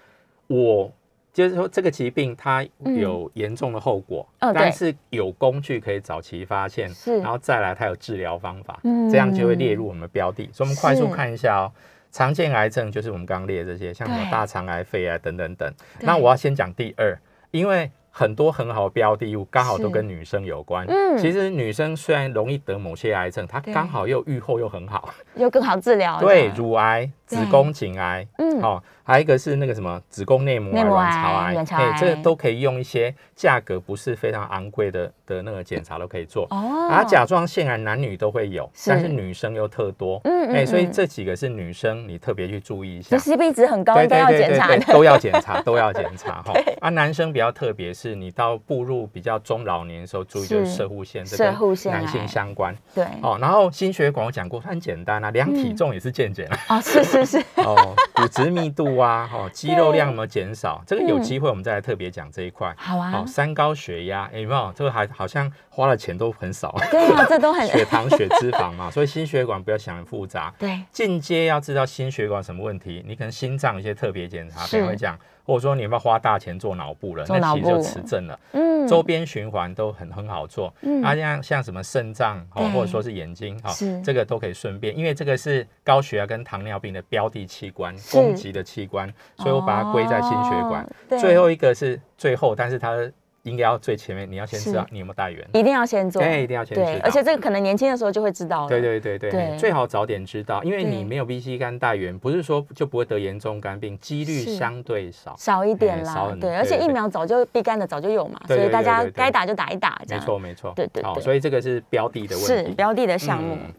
Speaker 3: 我就是说，这个疾病它有严重的后果，
Speaker 2: 嗯对
Speaker 3: 但是有工具可以早期发现，
Speaker 2: 是
Speaker 3: 然后再来它有治疗方法，
Speaker 2: 嗯
Speaker 3: 这样就会列入我们的标的。所以我们快速
Speaker 2: 是
Speaker 3: 看一下哦。常见癌症就是我们刚刚列的这些，像什么
Speaker 2: 对
Speaker 3: 大肠癌、肺癌等等等。
Speaker 2: 对
Speaker 3: 那我要先讲第二，因为很多很好的标的物刚好
Speaker 2: 是
Speaker 3: 都跟女生有关。
Speaker 2: 嗯
Speaker 3: 其实女生虽然容易得某些癌症，她
Speaker 2: 对
Speaker 3: 刚好又预后又很好，
Speaker 2: 又更好治疗。
Speaker 3: 对，乳癌、
Speaker 2: 对
Speaker 3: 子宫颈癌，
Speaker 2: 嗯
Speaker 3: 哦，还有一个是那个什么子宫内膜
Speaker 2: 内
Speaker 3: 癌、
Speaker 2: 膜
Speaker 3: 卵
Speaker 2: 癌
Speaker 3: 巢癌，
Speaker 2: 卵巢
Speaker 3: 哎
Speaker 2: 癌
Speaker 3: 这个都可以用一些价格不是非常昂贵的的那个检查都可以做。
Speaker 2: 哦，
Speaker 3: 啊，甲状腺癌男女都会有，
Speaker 2: 是
Speaker 3: 但是女生又特多，
Speaker 2: 嗯嗯
Speaker 3: 哎，所以
Speaker 2: 嗯
Speaker 3: 这几个是女生你特别去注意一下
Speaker 2: 这。CP 值很高，
Speaker 3: 对
Speaker 2: 应该
Speaker 3: 对
Speaker 2: 要
Speaker 3: 对
Speaker 2: 检
Speaker 3: 对
Speaker 2: 查
Speaker 3: 对，
Speaker 2: 的。
Speaker 3: 都要检查， 都要检 查哈。啊，男生比较特别，是你到步入比较中老年的时候，注意就是
Speaker 2: 是
Speaker 3: 射护腺，这
Speaker 2: 射护腺
Speaker 3: 跟男
Speaker 2: 癌
Speaker 3: 性相关。
Speaker 2: 对，
Speaker 3: 哦，然后心血管我讲过，它很简单啊，量体
Speaker 2: 嗯
Speaker 3: 重也是健检啊，
Speaker 2: 哦，是是是，
Speaker 3: 哦，骨质密度啊，哦，肌肉量有没有减少？这个有
Speaker 2: 嗯
Speaker 3: 机会我们再来特别讲这一块。
Speaker 2: 好啊
Speaker 3: 哦，，三高血压哎有没有？这个还好像花了钱都很少，
Speaker 2: 对啊，这都很
Speaker 3: 血糖、血脂肪嘛，所以心血管不要想很复杂。
Speaker 2: 对，
Speaker 3: 进阶要知道心血管什么问题，你可能心脏有一些特别检查，
Speaker 2: 是
Speaker 3: 可能会讲，或者说你要不要花大钱做脑部了，
Speaker 2: 做
Speaker 3: 那
Speaker 2: 脑
Speaker 3: 其实就
Speaker 2: 部
Speaker 3: 持证了。
Speaker 2: 嗯
Speaker 3: 周边循环都很很好做，
Speaker 2: 嗯
Speaker 3: 啊，像像什么肾脏
Speaker 2: 对
Speaker 3: 哦，或者说是眼睛哦
Speaker 2: 是，
Speaker 3: 这个都可以顺便，因为这个是高血压跟糖尿病的标的器官，
Speaker 2: 是
Speaker 3: 攻击的器官，所以我把它归在心血管
Speaker 2: 哦。对
Speaker 3: 最后一个是最后，但是它应该要最前面，你要先知道
Speaker 2: 是
Speaker 3: 你有没有带源，
Speaker 2: 一定要先做，
Speaker 3: 对，一定要先
Speaker 2: 对
Speaker 3: 知，道
Speaker 2: 而。且这个可能年轻的时候就会知道了。
Speaker 3: 对对对对，
Speaker 2: 对
Speaker 3: 最好早点知道，因为
Speaker 2: 对
Speaker 3: 你没有 B C 肝带源，不是说就不会得严重肝病，几
Speaker 2: 是
Speaker 3: 率相对少。
Speaker 2: 少一点
Speaker 3: 哎少
Speaker 2: 啦
Speaker 3: 很，
Speaker 2: 对，
Speaker 3: 对
Speaker 2: 而且
Speaker 3: 对
Speaker 2: 疫苗早就必干的早就有嘛，所以
Speaker 3: 对对
Speaker 2: 大
Speaker 3: 对
Speaker 2: 家
Speaker 3: 对对
Speaker 2: 该打就打一打，这
Speaker 3: 没
Speaker 2: 样
Speaker 3: 错没错，
Speaker 2: 对对
Speaker 3: 好，
Speaker 2: 对
Speaker 3: 所以这个是标的的问题。
Speaker 2: 是标的的项目，
Speaker 3: 嗯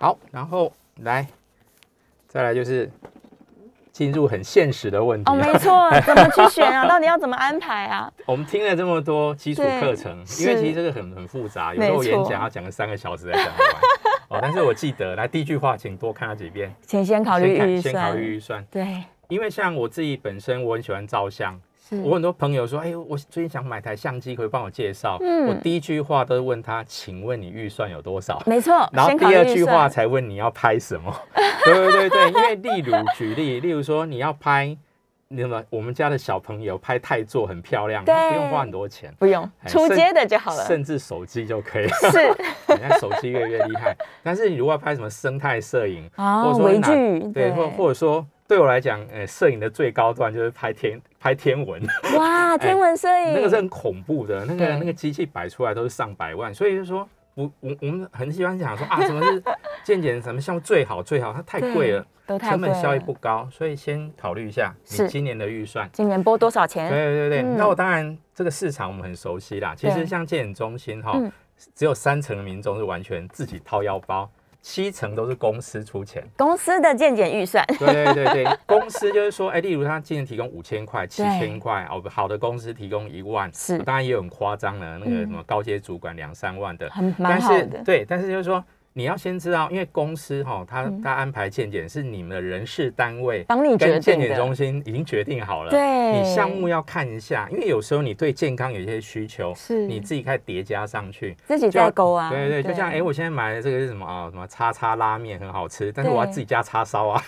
Speaker 3: 好，然后来，再来就是进入很现实的问题。
Speaker 2: 哦，没错，怎么去选啊？到 底要怎么安排啊？
Speaker 3: 我们听了这么多基础
Speaker 2: 对
Speaker 3: 课程，因
Speaker 2: 是
Speaker 3: 为其实这个很很复杂，有时
Speaker 2: 没
Speaker 3: 候
Speaker 2: 错
Speaker 3: 演讲要讲个三个小时才讲得完。哦，但是我记得，来第一句话，请多看它几遍，
Speaker 2: 请先 考虑
Speaker 3: 先看
Speaker 2: 预
Speaker 3: 先考
Speaker 2: 算，
Speaker 3: 虑预算。
Speaker 2: 对，
Speaker 3: 因为像我自己本身，我很喜欢照相，
Speaker 2: 是
Speaker 3: 我很多朋友说，哎，我最近想买台相机，可不可以帮我介绍？
Speaker 2: 嗯
Speaker 3: 我第一句话都是问他，请问你预算有多少？
Speaker 2: 没错，
Speaker 3: 然后
Speaker 2: 先考
Speaker 3: 第
Speaker 2: 虑
Speaker 3: 二
Speaker 2: 预
Speaker 3: 句话
Speaker 2: 算，
Speaker 3: 才问你要拍什么。 对对对对，因为例如举例，例如说你要拍，那么我们家的小朋友拍泰座很漂亮，
Speaker 2: 对
Speaker 3: 他不用花很多钱，
Speaker 2: 不用
Speaker 3: 哎
Speaker 2: 出
Speaker 3: 甚
Speaker 2: 街的就好了，
Speaker 3: 甚至手机就可以。
Speaker 2: 是
Speaker 3: 你看手机越来越厉害，但是你如果要拍什么生态摄影，
Speaker 2: 哦
Speaker 3: 或者说
Speaker 2: 微
Speaker 3: 哪
Speaker 2: 距对
Speaker 3: 对，或或者说对我来讲，呃，摄影的最高段就是拍天拍天文，
Speaker 2: 哇，天文摄影
Speaker 3: 哎那个是很恐怖的，那
Speaker 2: 嗯对
Speaker 3: 个那个机器摆出来都是上百万，所以就说，我我我们很喜欢 讲说啊，什么是健检什么项目最好最好，它太贵了，
Speaker 2: 都太
Speaker 3: 成
Speaker 2: 贵
Speaker 3: 本
Speaker 2: 了，
Speaker 3: 效益不高，所以先考虑一下
Speaker 2: 是
Speaker 3: 你今年的预算。
Speaker 2: 今年拨多少
Speaker 3: 对
Speaker 2: 钱？
Speaker 3: 对对，
Speaker 2: 嗯
Speaker 3: 那我当然这个市场我们很熟悉啦。其
Speaker 2: 对
Speaker 3: 实像健检中心哈
Speaker 2: 嗯，
Speaker 3: 只有三成的民众是完全自己掏腰包，七成都是公司出钱。
Speaker 2: 公司的健检预算，
Speaker 3: 对对对对，公司就是说，哎，例如他今年提供五千块、七千块，哦，好的公司提供一万，
Speaker 2: 是嗯
Speaker 3: 当然也有很夸张的，那个什么高阶主管两三万的，
Speaker 2: 很蛮
Speaker 3: 但
Speaker 2: 好
Speaker 3: 是
Speaker 2: 的，
Speaker 3: 对，但是就是说，你要先知道，因为公司哈、它它安排健检是你们的人事单位
Speaker 2: 嗯帮你决
Speaker 3: 跟健
Speaker 2: 定
Speaker 3: 检
Speaker 2: 的，
Speaker 3: 中心已经决定好了，
Speaker 2: 对
Speaker 3: 你项目要看一下，因为有时候你对健康有一些需求，
Speaker 2: 是
Speaker 3: 你自己开始叠加上去，
Speaker 2: 自己
Speaker 3: 就要
Speaker 2: 在勾啊，
Speaker 3: 对对，就像哎，诶我现在买的这个是什么啊？什么叉叉拉面很好吃，但是我要
Speaker 2: 对
Speaker 3: 自己加叉烧 啊，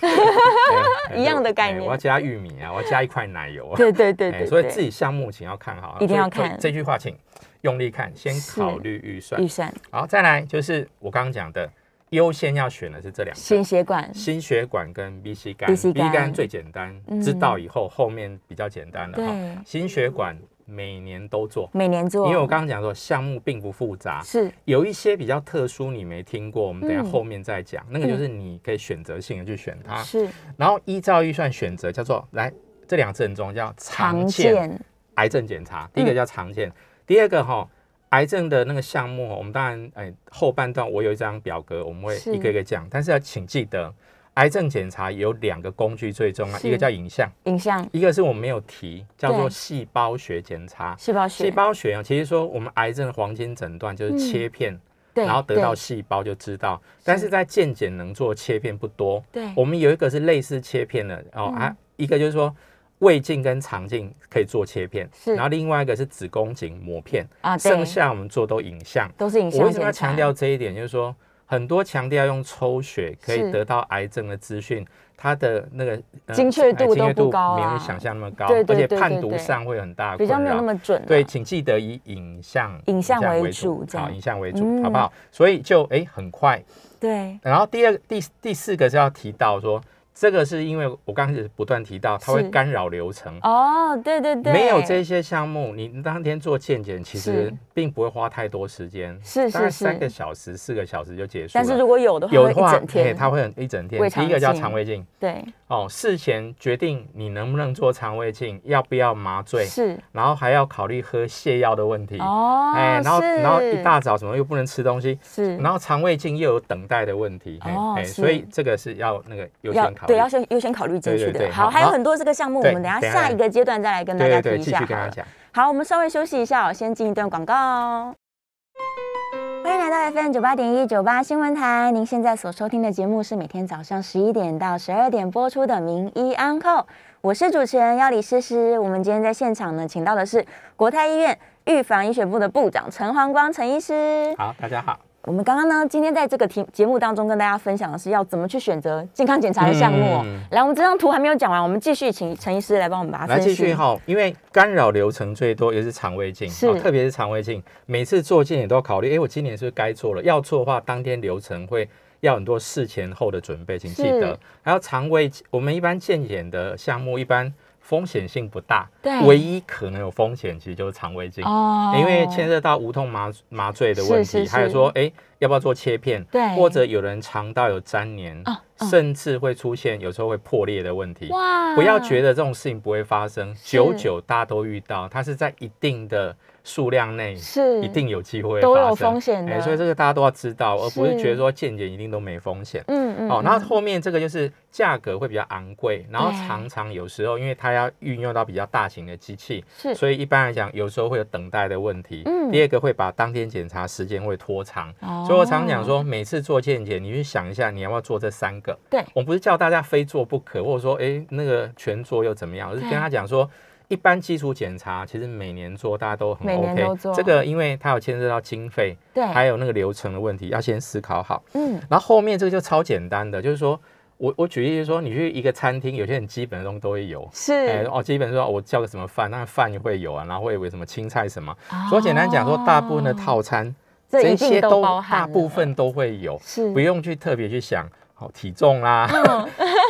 Speaker 3: 诶
Speaker 2: 一样的概
Speaker 3: 诶
Speaker 2: 念
Speaker 3: 哎我要加玉米啊，我要加一块奶油 啊，
Speaker 2: 对对对
Speaker 3: 诶
Speaker 2: 对，
Speaker 3: 所以
Speaker 2: 对
Speaker 3: 自己项目请要看好，啊
Speaker 2: 一定要
Speaker 3: 所以
Speaker 2: 看
Speaker 3: 这句话请用力看，先
Speaker 2: 是
Speaker 3: 考虑预算
Speaker 2: 预。算、
Speaker 3: 好，再来就是我刚刚讲的，优先要选的是这两个。
Speaker 2: 心血管
Speaker 3: 心血管跟 B C 肝
Speaker 2: B C 肝
Speaker 3: 肝最简单，
Speaker 2: 嗯
Speaker 3: 知道以后后面比较简单了
Speaker 2: 对
Speaker 3: 哈。心血管每年都做，
Speaker 2: 每年
Speaker 3: 因
Speaker 2: 做，
Speaker 3: 为我刚刚讲说项目并不复杂，
Speaker 2: 是
Speaker 3: 有一些比较特殊你没听过，我们等一下
Speaker 2: 嗯
Speaker 3: 后面再讲。那个就是你可以选择性的去选它，
Speaker 2: 是
Speaker 3: 然后依照预算选择叫做来这两个症中叫
Speaker 2: 常
Speaker 3: 常见
Speaker 2: 见
Speaker 3: 癌症检
Speaker 2: 嗯
Speaker 3: 查，第一个叫常见，第二个哈、癌症的那个项目哦，我们当然，哎，后半段我有一张表格，我们会
Speaker 2: 是
Speaker 3: 一个一个讲，但是要请记得，癌症检查有两个工具最重要，
Speaker 2: 是
Speaker 3: 一个叫影像，
Speaker 2: 影像、
Speaker 3: 一个是我们没有提，叫
Speaker 2: 对
Speaker 3: 做细胞学检查。
Speaker 2: 细胞
Speaker 3: 细
Speaker 2: 学，
Speaker 3: 胞学啊，其实说我们癌症的黄金诊断就是切片，
Speaker 2: 嗯对，
Speaker 3: 然后得
Speaker 2: 对
Speaker 3: 到细胞就知道，但是在健检能做切片不多。
Speaker 2: 对嗯
Speaker 3: 我们有一个是类似切片的哦，啊，一个就是说胃镜跟肠镜可以做切片，
Speaker 2: 是
Speaker 3: 然后另外一个是子宫颈抹片，
Speaker 2: 啊，对
Speaker 3: 剩下我们做都影像。
Speaker 2: 都是影像。
Speaker 3: 我为什么要强调？这一点？就是说，很多强调用抽血可
Speaker 2: 是
Speaker 3: 以得到癌症的资讯，它的那个、呃
Speaker 2: 精确度
Speaker 3: 哎精
Speaker 2: 都
Speaker 3: 确
Speaker 2: 不
Speaker 3: 度
Speaker 2: 高啊
Speaker 3: 没有想象那么高，
Speaker 2: 对对
Speaker 3: 而且
Speaker 2: 对
Speaker 3: 判
Speaker 2: 对
Speaker 3: 读
Speaker 2: 对
Speaker 3: 上会有很大的
Speaker 2: 比较
Speaker 3: 困
Speaker 2: 没有
Speaker 3: 扰
Speaker 2: 那么准啊、
Speaker 3: 对，请记得以影像
Speaker 2: 影像为主这
Speaker 3: 好，
Speaker 2: 样
Speaker 3: 影像为
Speaker 2: 嗯
Speaker 3: 主，好不好？所以就哎很快。
Speaker 2: 对
Speaker 3: 然后第二、第第四个是要提到说，这个是因为我刚开始不断提到，它
Speaker 2: 是
Speaker 3: 会干扰流程。
Speaker 2: 哦，对对对，
Speaker 3: 没有这些项目，你当天做健检其实
Speaker 2: 是
Speaker 3: 并不会花太多时间，
Speaker 2: 是
Speaker 3: 大概
Speaker 2: 是是
Speaker 3: 三个小时、四个小时就结束
Speaker 2: 但
Speaker 3: 了。
Speaker 2: 是如果有的话，
Speaker 3: 有
Speaker 2: 会
Speaker 3: 的
Speaker 2: 一
Speaker 3: 话
Speaker 2: 整，
Speaker 3: 嘿
Speaker 2: 天，
Speaker 3: 它会很一整天。
Speaker 2: 胃
Speaker 3: 第一个叫
Speaker 2: 肠镜
Speaker 3: 肠胃镜
Speaker 2: 对
Speaker 3: 哦，事前决定你能不能做肠胃镜，要不要麻醉，
Speaker 2: 是
Speaker 3: 然后还要考虑喝泻药的问题。
Speaker 2: 哦，
Speaker 3: 哎，然后
Speaker 2: 是
Speaker 3: 然后一大早什么又不能吃东西，
Speaker 2: 是
Speaker 3: 然后肠胃镜又有等待的问题，嘿
Speaker 2: 哦
Speaker 3: 嘿
Speaker 2: 是
Speaker 3: 所以这个是要那个优
Speaker 2: 要
Speaker 3: 先考虑
Speaker 2: 对，要先优先考虑进去的。
Speaker 3: 对对对
Speaker 2: 好，
Speaker 3: 好
Speaker 2: 还有
Speaker 3: 然后
Speaker 2: 很多这个项目，我
Speaker 3: 对
Speaker 2: 们等一下
Speaker 3: 等一
Speaker 2: 下
Speaker 3: 下
Speaker 2: 一个阶段再来跟大
Speaker 3: 对
Speaker 2: 家
Speaker 3: 对
Speaker 2: 提
Speaker 3: 对，
Speaker 2: 一
Speaker 3: 继
Speaker 2: 下
Speaker 3: 续跟
Speaker 2: 好
Speaker 3: 他
Speaker 2: 了
Speaker 3: 讲。
Speaker 2: 好，我们稍微休息一下哦，先进一段广告哦。欢迎来到 FM 九八点一九八新闻台，您现在所收听的节目是每天早上十一点到十二点播出的《名医安扣》，我是主持人要李诗诗。我们今天在现场呢，请到的是国泰医院预防医学部的部长陈黄光陈医师。
Speaker 3: 好，大家好。
Speaker 2: 我们刚刚呢，今天在这个题节目当中跟大家分享的是要怎么去选择健康检查的项目、哦。
Speaker 3: 嗯
Speaker 2: 来，我们这张图还没有讲完，我们继续请陈医师来帮我们把它
Speaker 3: 来
Speaker 2: 分析。
Speaker 3: 继续哈，因为干扰流程最多也是肠胃镜，哦
Speaker 2: 是
Speaker 3: 特别是肠胃镜，每次做健也都要考虑，哎，我今年是不是该做了？要做的话，当天流程会要很多事前后的准备，请记
Speaker 2: 是
Speaker 3: 得。还有肠胃，我们一般健检的项目一般风险性不大，
Speaker 2: 对
Speaker 3: 唯一可能有风险其实就是肠胃镜。
Speaker 2: 哦
Speaker 3: 因为牵涉到无痛麻麻醉的问题，
Speaker 2: 是是是
Speaker 3: 还有说，哎、要不要做切片？
Speaker 2: 对
Speaker 3: 或者有人肠道有粘连，
Speaker 2: 哦哦
Speaker 3: 甚至会出现有时候会破裂的问题。
Speaker 2: 哇
Speaker 3: 不要觉得这种事情不会发生，
Speaker 2: 是
Speaker 3: 久久大家都遇到，它是在一定的数量内，
Speaker 2: 是
Speaker 3: 一定有机会
Speaker 2: 都
Speaker 3: 发
Speaker 2: 有
Speaker 3: 生
Speaker 2: 风险的
Speaker 3: 哎所以这个大家都要知道，而不是
Speaker 2: 是
Speaker 3: 觉得说健检一定都没风险。
Speaker 2: 嗯嗯
Speaker 3: 哦，那
Speaker 2: 嗯
Speaker 3: 后面这个就是价格会比较昂贵，然后
Speaker 2: 对
Speaker 3: 常常有时候因为它要运用到比较大型的机器，
Speaker 2: 是
Speaker 3: 所以一般来讲有时候会有等待的问题。
Speaker 2: 嗯
Speaker 3: 第二个会把当天检查时间会拖长，
Speaker 2: 哦
Speaker 3: 所以我常讲说，每次做健检，你去想一下你要不要做这三个。
Speaker 2: 对
Speaker 3: 我不是叫大家非做不可，或者说诶那个全做又怎么样，我是
Speaker 2: 对
Speaker 3: 跟他讲说。一般基础检查其实每年做，大家都很
Speaker 2: 每年
Speaker 3: OK。
Speaker 2: 都做
Speaker 3: 这个因为它有牵涉到经费，
Speaker 2: 对
Speaker 3: 还有那个流程的问题，要先思考好。
Speaker 2: 嗯
Speaker 3: 然后后面这个就超简单的，就是说我我举例就是说，你去一个餐厅，有些很基本的东西都会有。
Speaker 2: 是、
Speaker 3: 哎、哦，基本说我叫个什么饭，那饭也会有啊，然后会有什么青菜什么。
Speaker 2: 哦
Speaker 3: 所以简单讲说，大部分的套餐、
Speaker 2: 这一定
Speaker 3: 些
Speaker 2: 都
Speaker 3: 都
Speaker 2: 包含
Speaker 3: 大
Speaker 2: 了
Speaker 3: 部分都会有，
Speaker 2: 是嗯
Speaker 3: 不用去特别去想。好、体重啦，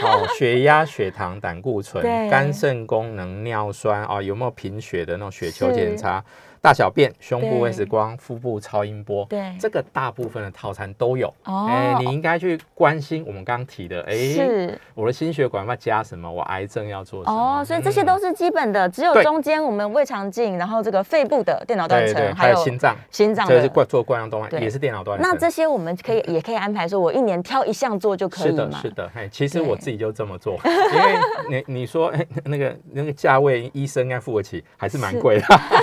Speaker 3: 好、血压、血糖、胆固醇
Speaker 2: 对、
Speaker 3: 肝肾功能、尿酸啊、哦有没有贫血的那种血球
Speaker 2: 是
Speaker 3: 检查、大小便、胸部
Speaker 2: 对
Speaker 3: X 光、腹部超音波，
Speaker 2: 对
Speaker 3: 这个大部分的套餐都有。
Speaker 2: 哦
Speaker 3: 哎、你应该去关心我们刚刚提的，哎、
Speaker 2: 是
Speaker 3: 我的心血管要加什么，我癌症要做什么，
Speaker 2: 哦，所以这些都
Speaker 3: 嗯、
Speaker 2: 是基本的，只有
Speaker 3: 对
Speaker 2: 中间我们胃肠镜，然后这个肺部的电脑断
Speaker 3: 对对，
Speaker 2: 层，
Speaker 3: 还有心脏，
Speaker 2: 心脏
Speaker 3: 这个是
Speaker 2: 的。
Speaker 3: 冠做冠状动
Speaker 2: 对
Speaker 3: 脉，也是电脑断层。
Speaker 2: 那这些我们可以也可以安排说，我一年挑一项做就可
Speaker 3: 是
Speaker 2: 以
Speaker 3: 的，
Speaker 2: 嘛？
Speaker 3: 嗯是的，嘿，其实
Speaker 2: 对
Speaker 3: 我自己就这么做， 因为你你说，哎，那个那个价位，医生应该付得起，还是蛮
Speaker 2: 是
Speaker 3: 贵的，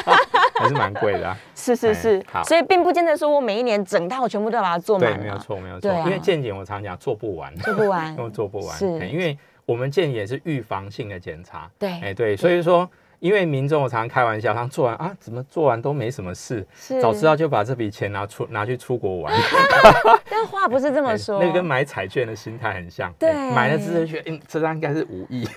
Speaker 3: 还是蛮贵的 啊。
Speaker 2: 是是是
Speaker 3: 哎，好
Speaker 2: 所以并不见得说我每一年整套全部都要把它做满
Speaker 3: 对
Speaker 2: 了，，
Speaker 3: 没有错，没有
Speaker 2: 对
Speaker 3: 错。
Speaker 2: 啊
Speaker 3: 因为健检我常讲做不完，，
Speaker 2: 做不完
Speaker 3: 都做不完，
Speaker 2: 是
Speaker 3: 哎因为我们健检是预防性的检查，
Speaker 2: 对
Speaker 3: 哎、对，所以说。因为民众我常常开玩笑，他做完啊，怎么做完都没什么事，
Speaker 2: 是
Speaker 3: 早知道就把这笔钱拿出拿去出国玩，
Speaker 2: 但话不是这么
Speaker 3: 哎
Speaker 2: 说，
Speaker 3: 那 个跟买彩券的心态很像。哎
Speaker 2: 对
Speaker 3: 买了之后觉得，嗯，这张应该是五 亿，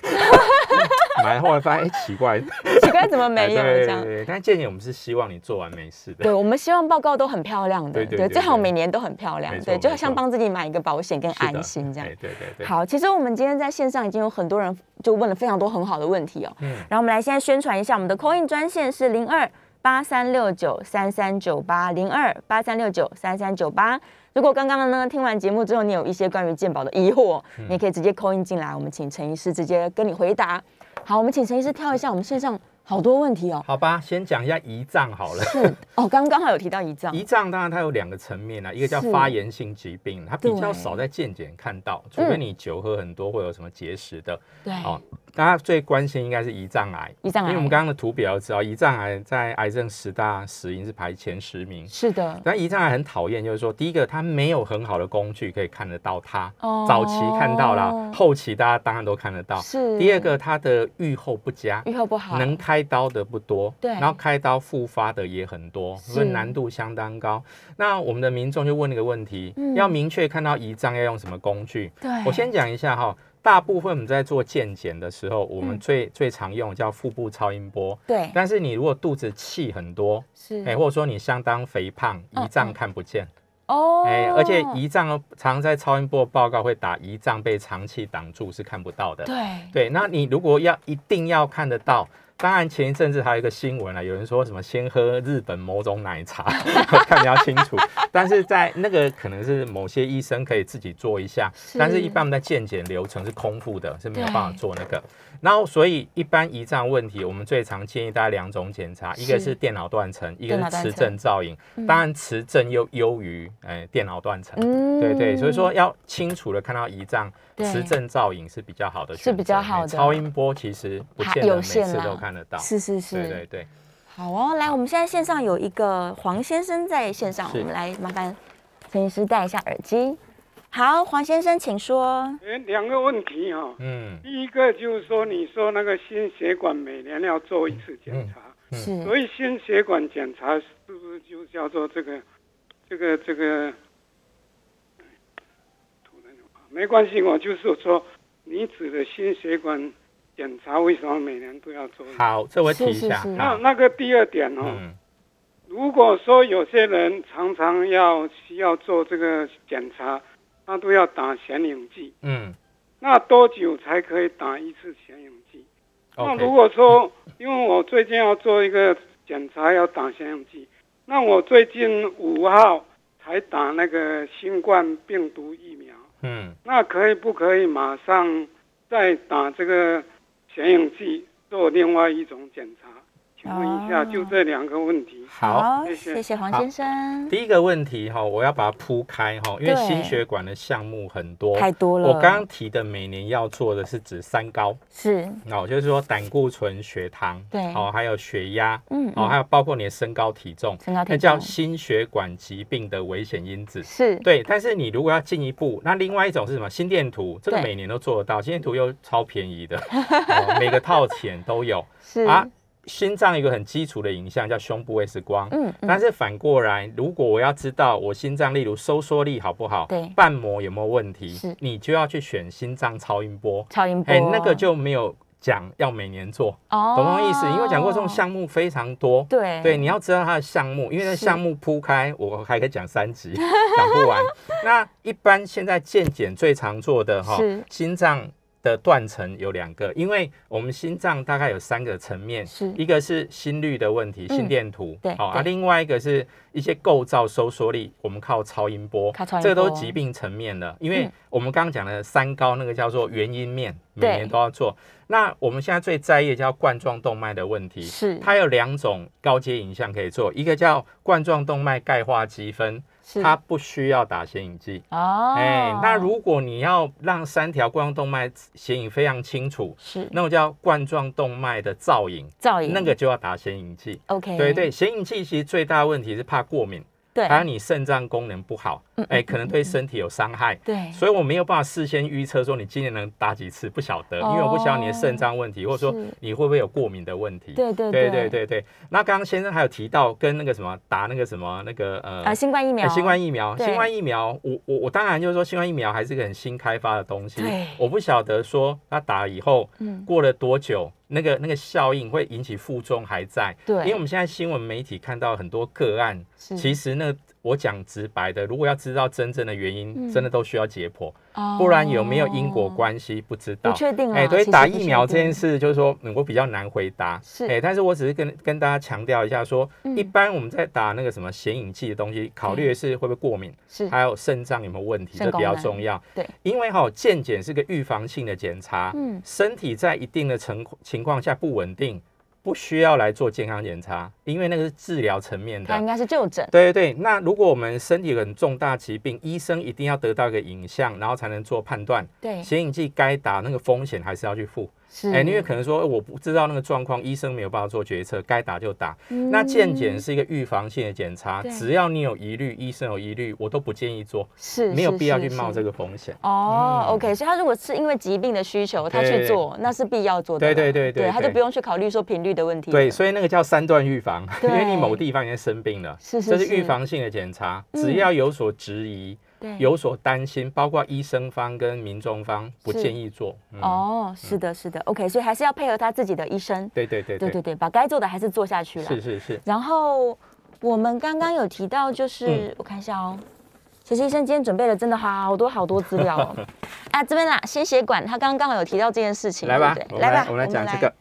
Speaker 3: 买了后来发现，哎、奇怪，
Speaker 2: 奇怪怎么 没有
Speaker 3: 哎对
Speaker 2: 这
Speaker 3: 对
Speaker 2: 样
Speaker 3: 对。对，但建议我们是希望你做完没事的。
Speaker 2: 对，我们希望报告都很漂亮的，
Speaker 3: 对对对
Speaker 2: 最好
Speaker 3: 对
Speaker 2: 每年都很漂亮
Speaker 3: 没，错
Speaker 2: 对，就
Speaker 3: 没
Speaker 2: 像
Speaker 3: 错
Speaker 2: 帮自己买一个保险跟
Speaker 3: 是的
Speaker 2: 安心这样
Speaker 3: 哎。对对对，，
Speaker 2: 好，其实我们今天在线上已经有很多人就问了非常多很好的问题哦。
Speaker 3: 嗯
Speaker 2: 然后我们来现在宣传一下，我们的 Coin 专线是零二八三六九三三九八零二八三六九三三九八。如果刚刚呢听完节目之后，你有一些关于健保的疑惑，
Speaker 3: 嗯
Speaker 2: 你也可以直接 Coin 进来，我们请陈医师直接跟你回答。好，我们请陈医师挑一下我们线上好多问题哦。
Speaker 3: 好吧，先讲一下胰脏好了。
Speaker 2: 是哦，刚刚还有提到胰脏，
Speaker 3: 胰脏当然它有两个层面啊，一个叫
Speaker 2: 是
Speaker 3: 发炎性疾病，它比
Speaker 2: 对嗯
Speaker 3: 较少在健检看到，除非你酒喝很多或有什么结石的。
Speaker 2: 对，
Speaker 3: 哦，大家最关心应该是胰脏癌，
Speaker 2: 哎胰脏
Speaker 3: 因
Speaker 2: 癌，
Speaker 3: 为我们刚刚的图表知道，胰脏癌在癌症十大死因是排前十名。
Speaker 2: 是的，
Speaker 3: 但胰脏癌很讨厌，就是说，第一个它没有很好的工具可以看得到它，
Speaker 2: 哦
Speaker 3: 早期看到啦，后期大家当然都看得到。
Speaker 2: 是
Speaker 3: 第二个，它的预后不佳，
Speaker 2: 愈合不好，
Speaker 3: 能开刀的不多，
Speaker 2: 对
Speaker 3: 然后开刀复发的也很多，所以
Speaker 2: 是
Speaker 3: 难度相当高。那我们的民众就问了一个问题，
Speaker 2: 嗯哎
Speaker 3: 要明确看到胰脏要用什么工具。
Speaker 2: 对，
Speaker 3: 我先讲一下哈，大部分我们在做健检的时候，我们
Speaker 2: 嗯
Speaker 3: 最、最常用的叫腹部超音波。
Speaker 2: 对
Speaker 3: 但是你如果肚子气很多，
Speaker 2: 是
Speaker 3: 哎、或者说你相当肥胖，
Speaker 2: 嗯
Speaker 3: 胰脏
Speaker 2: 嗯
Speaker 3: 看不见，
Speaker 2: 哦，
Speaker 3: 哎、而且胰脏哦常在超音波报告会打胰脏被长期挡住是看不到的。
Speaker 2: 对
Speaker 3: 对，那你如果要一定要看得到，当然前一阵子还有一个新闻啊，有人说什么先喝日本某种奶茶， 看比较清 楚。但是在那个可能是某些医生可以自己做一下，但是一般我们在健检流程是空腹的，是没有办法
Speaker 2: 对
Speaker 3: 做那个。然后所以一般胰脏问题，我们最常建议大家两种检查，一个
Speaker 2: 是
Speaker 3: 是电脑断层，一
Speaker 2: 电
Speaker 3: 个
Speaker 2: 脑
Speaker 3: 是
Speaker 2: 断
Speaker 3: 磁
Speaker 2: 层
Speaker 3: 振造影。当然磁振又优于哎电脑断层。
Speaker 2: 嗯
Speaker 3: 对对，所以说要清楚的看到胰脏，
Speaker 2: 对
Speaker 3: 磁振造影是比较好的
Speaker 2: 是
Speaker 3: 选
Speaker 2: 比
Speaker 3: 择
Speaker 2: 较好
Speaker 3: 哎
Speaker 2: 的
Speaker 3: 超音波其实不
Speaker 2: 还
Speaker 3: 见得
Speaker 2: 有
Speaker 3: 每
Speaker 2: 限
Speaker 3: 次
Speaker 2: 啦
Speaker 3: 都看得到。
Speaker 2: 是是是，
Speaker 3: 对对对，
Speaker 2: 好哦，来，我们现在线上有一个黄先生在线上，我
Speaker 3: 是
Speaker 2: 们来麻烦陈医师戴一下耳机。好，黄先生，请说。
Speaker 4: 哎，两个问题哈、
Speaker 3: 嗯
Speaker 4: 第一个就是说，你说那个心血管每年要做一次检查，
Speaker 3: 嗯
Speaker 2: 是
Speaker 4: 所以心血管检查是不是就叫做这个、这个、这个？没关系，我就是说，你指的心血管检查为什么每年都要做一次？
Speaker 3: 好，这我提一下。
Speaker 2: 是是是
Speaker 4: 那
Speaker 3: 好
Speaker 4: 那个第二点哦，
Speaker 3: 嗯，
Speaker 4: 如果说有些人常常要需要做这个检查，他都要打显影剂。
Speaker 3: 嗯
Speaker 4: 那多久才可以打一次显影剂？那
Speaker 3: ，OK，
Speaker 4: 如果说，因为我最近要做一个检查，要打显影剂，那我最近五号才打那个新冠病毒疫苗，
Speaker 3: 嗯，
Speaker 4: 那可以不可以马上再打这个显影剂做另外一种检查？请问一下，
Speaker 2: 哦
Speaker 4: 就这两个问题。
Speaker 3: 好。
Speaker 4: 谢谢
Speaker 2: 谢谢黄先生。
Speaker 3: 第一个问题哈，我要把它铺开哈，因
Speaker 2: 对
Speaker 3: 为心血管的项目很多，
Speaker 2: 太多了
Speaker 3: 我刚刚提的每年要做的是指三高，
Speaker 2: 是，
Speaker 3: 哦，就是说胆固醇、血糖，
Speaker 2: 对
Speaker 3: 哦，还有血压，
Speaker 2: 嗯
Speaker 3: 哦，还有包括你的身高体重，
Speaker 2: 身高体重
Speaker 3: 那叫心血管疾病的危险因子。
Speaker 2: 是，
Speaker 3: 对，但是你如果要进一步，那另外一种是什么？心电图，这个
Speaker 2: 对
Speaker 3: 每年都做得到，心电图又超便宜的，哦、每个套钱都有
Speaker 2: 是
Speaker 3: 啊。心脏有一个很基础的影像叫胸部卫视光，
Speaker 2: 嗯嗯
Speaker 3: 但是反过来，如果我要知道我心脏例如收缩力好不好，
Speaker 2: 对
Speaker 3: 瓣膜有没有问题
Speaker 2: 是，
Speaker 3: 你就要去选心脏超音波，
Speaker 2: 超音波，
Speaker 3: 哎、那个就没有讲要每年做，
Speaker 2: 哦
Speaker 3: 懂不懂意思？因为讲过这种项目非常多，
Speaker 2: 对
Speaker 3: 对，你要知道它的项目，因为
Speaker 2: 哎
Speaker 3: 那
Speaker 2: 是
Speaker 3: 项目铺开，我还可以讲三集，讲不完。那一般现在健检最常做的哈
Speaker 2: 是，
Speaker 3: 心脏的断层有两个，因为我们心脏大概有三个层面，
Speaker 2: 是
Speaker 3: 一个是心率的问题，
Speaker 2: 嗯
Speaker 3: 心电图，
Speaker 2: 对
Speaker 3: 好、啊，
Speaker 2: 对
Speaker 3: 另外一个是一些构造收缩力，我们靠超音波，
Speaker 2: 靠超音波
Speaker 3: 这个都是疾病层面的。因为
Speaker 2: 嗯
Speaker 3: 我们刚刚讲的三高，那个叫做原因面，每
Speaker 2: 对
Speaker 3: 年都要做。那我们现在最在意的叫冠状动脉的问题，
Speaker 2: 是
Speaker 3: 它有两种高阶影像可以做，一个叫冠状动脉钙化积分，
Speaker 2: 是
Speaker 3: 它不需要打显影剂。
Speaker 2: 哦，
Speaker 3: 哎、那如果你要让三条冠状动脉显影非常清楚，
Speaker 2: 是
Speaker 3: 那种叫冠状动脉的造影，
Speaker 2: 造影
Speaker 3: 那个就要打显影剂。
Speaker 2: OK，
Speaker 3: 对对，显影剂其实最大的问题是怕过敏，
Speaker 2: 哎对，嗯
Speaker 3: 还有你肾脏功能不好，哎、可能对身体有伤害。
Speaker 2: 对
Speaker 3: 所以我没有办法事先预测说你今年能打几次，不晓得，因为我不晓得你的肾脏问题，或者说
Speaker 2: 哦是
Speaker 3: 你会不会有过敏的问题。
Speaker 2: 对对
Speaker 3: 对对对对。那刚刚先生还有提到跟那个什么打那个什么那个呃
Speaker 2: 啊，新冠疫苗，
Speaker 3: 呃新冠疫苗，
Speaker 2: 对
Speaker 3: 新冠疫苗，我我我当然就是说，新冠疫苗还是个很新开发的东西
Speaker 2: 对，
Speaker 3: 我不晓得说它打了以后，
Speaker 2: 嗯
Speaker 3: 过了多久，那个那个效应会引起负重还在，
Speaker 2: 对嗯
Speaker 3: 因为我们现在新闻媒体看到很多个案，
Speaker 2: 是
Speaker 3: 其实那我讲直白的，如果要知道真正的原因，
Speaker 2: 嗯
Speaker 3: 真的都需要解剖，
Speaker 2: 哦
Speaker 3: 不然有没有因果关系不知道，
Speaker 2: 不确定啊
Speaker 3: 哎、所
Speaker 2: 其
Speaker 3: 以
Speaker 2: 实
Speaker 3: 打
Speaker 2: 不确
Speaker 3: 疫苗这件
Speaker 2: 定
Speaker 3: 事，就是说、嗯我比较难回答。
Speaker 2: 是
Speaker 3: 哎、但是我只是跟跟大家强调一下说、
Speaker 2: 嗯
Speaker 3: 一般我们在打那个什么显影剂的东西，考虑的是会不会过敏，
Speaker 2: 是
Speaker 3: 还有肾脏有没有问题，
Speaker 2: 肾
Speaker 3: 这比较
Speaker 2: 功能
Speaker 3: 重要。
Speaker 2: 对，
Speaker 3: 因为哈、健检是个预防性的检查，
Speaker 2: 嗯
Speaker 3: 身体在一定的情情况下不稳定，不需要来做健康检查，因为那个是治疗层面的
Speaker 2: 它。应该是就诊，
Speaker 3: 对对对，那如果我们身体有很重大疾病，医生一定要得到一个影像，然后才能做判断。
Speaker 2: 对，
Speaker 3: 显影剂该打那个风险还是要去付，
Speaker 2: 是
Speaker 3: 哎，因为可能说呃我不知道那个状况，医生没有办法做决策，该打就打。那健检是一个预防性的检查，
Speaker 2: 嗯对
Speaker 3: 只要你有疑虑，医生有疑虑，我都不建议做，
Speaker 2: 是
Speaker 3: 没有必要去
Speaker 2: 冒
Speaker 3: 冒这
Speaker 2: 个。
Speaker 3: 个风险。
Speaker 2: 哦、o k 所以他如果是因为疾病的需求，他去
Speaker 3: 对
Speaker 2: 做，那是必要做的啦。
Speaker 3: 对对对对
Speaker 2: 对，他就
Speaker 3: 对
Speaker 2: 不用去考虑说频率的问题。
Speaker 3: 对，，所以那个叫三段预防，因
Speaker 2: 对
Speaker 3: 为你某地方已经生病了，
Speaker 2: 是是
Speaker 3: 这
Speaker 2: 是
Speaker 3: 是预防性的检查，
Speaker 2: 嗯
Speaker 3: 只要有所质疑、
Speaker 2: 对，
Speaker 3: 有所担心，包括医生方跟民众方不
Speaker 2: 是
Speaker 3: 建议做。嗯，
Speaker 2: 哦，是的，是的，OK，所以还是要配合他自己的医生。
Speaker 3: 对对对
Speaker 2: 对对对，把该做的还是做下去了。
Speaker 3: 是是是，
Speaker 2: 然后我们刚刚有提到，
Speaker 3: 嗯
Speaker 2: 就是、我看一下哦，其实医生今天准备了真的好多好多资料哦。 啊，这边啦，心血管，他刚刚有提到这件事情，
Speaker 3: 来吧
Speaker 2: 对，不
Speaker 3: 我
Speaker 2: 对？
Speaker 3: 们来
Speaker 2: 吧，
Speaker 3: 我们来讲这个。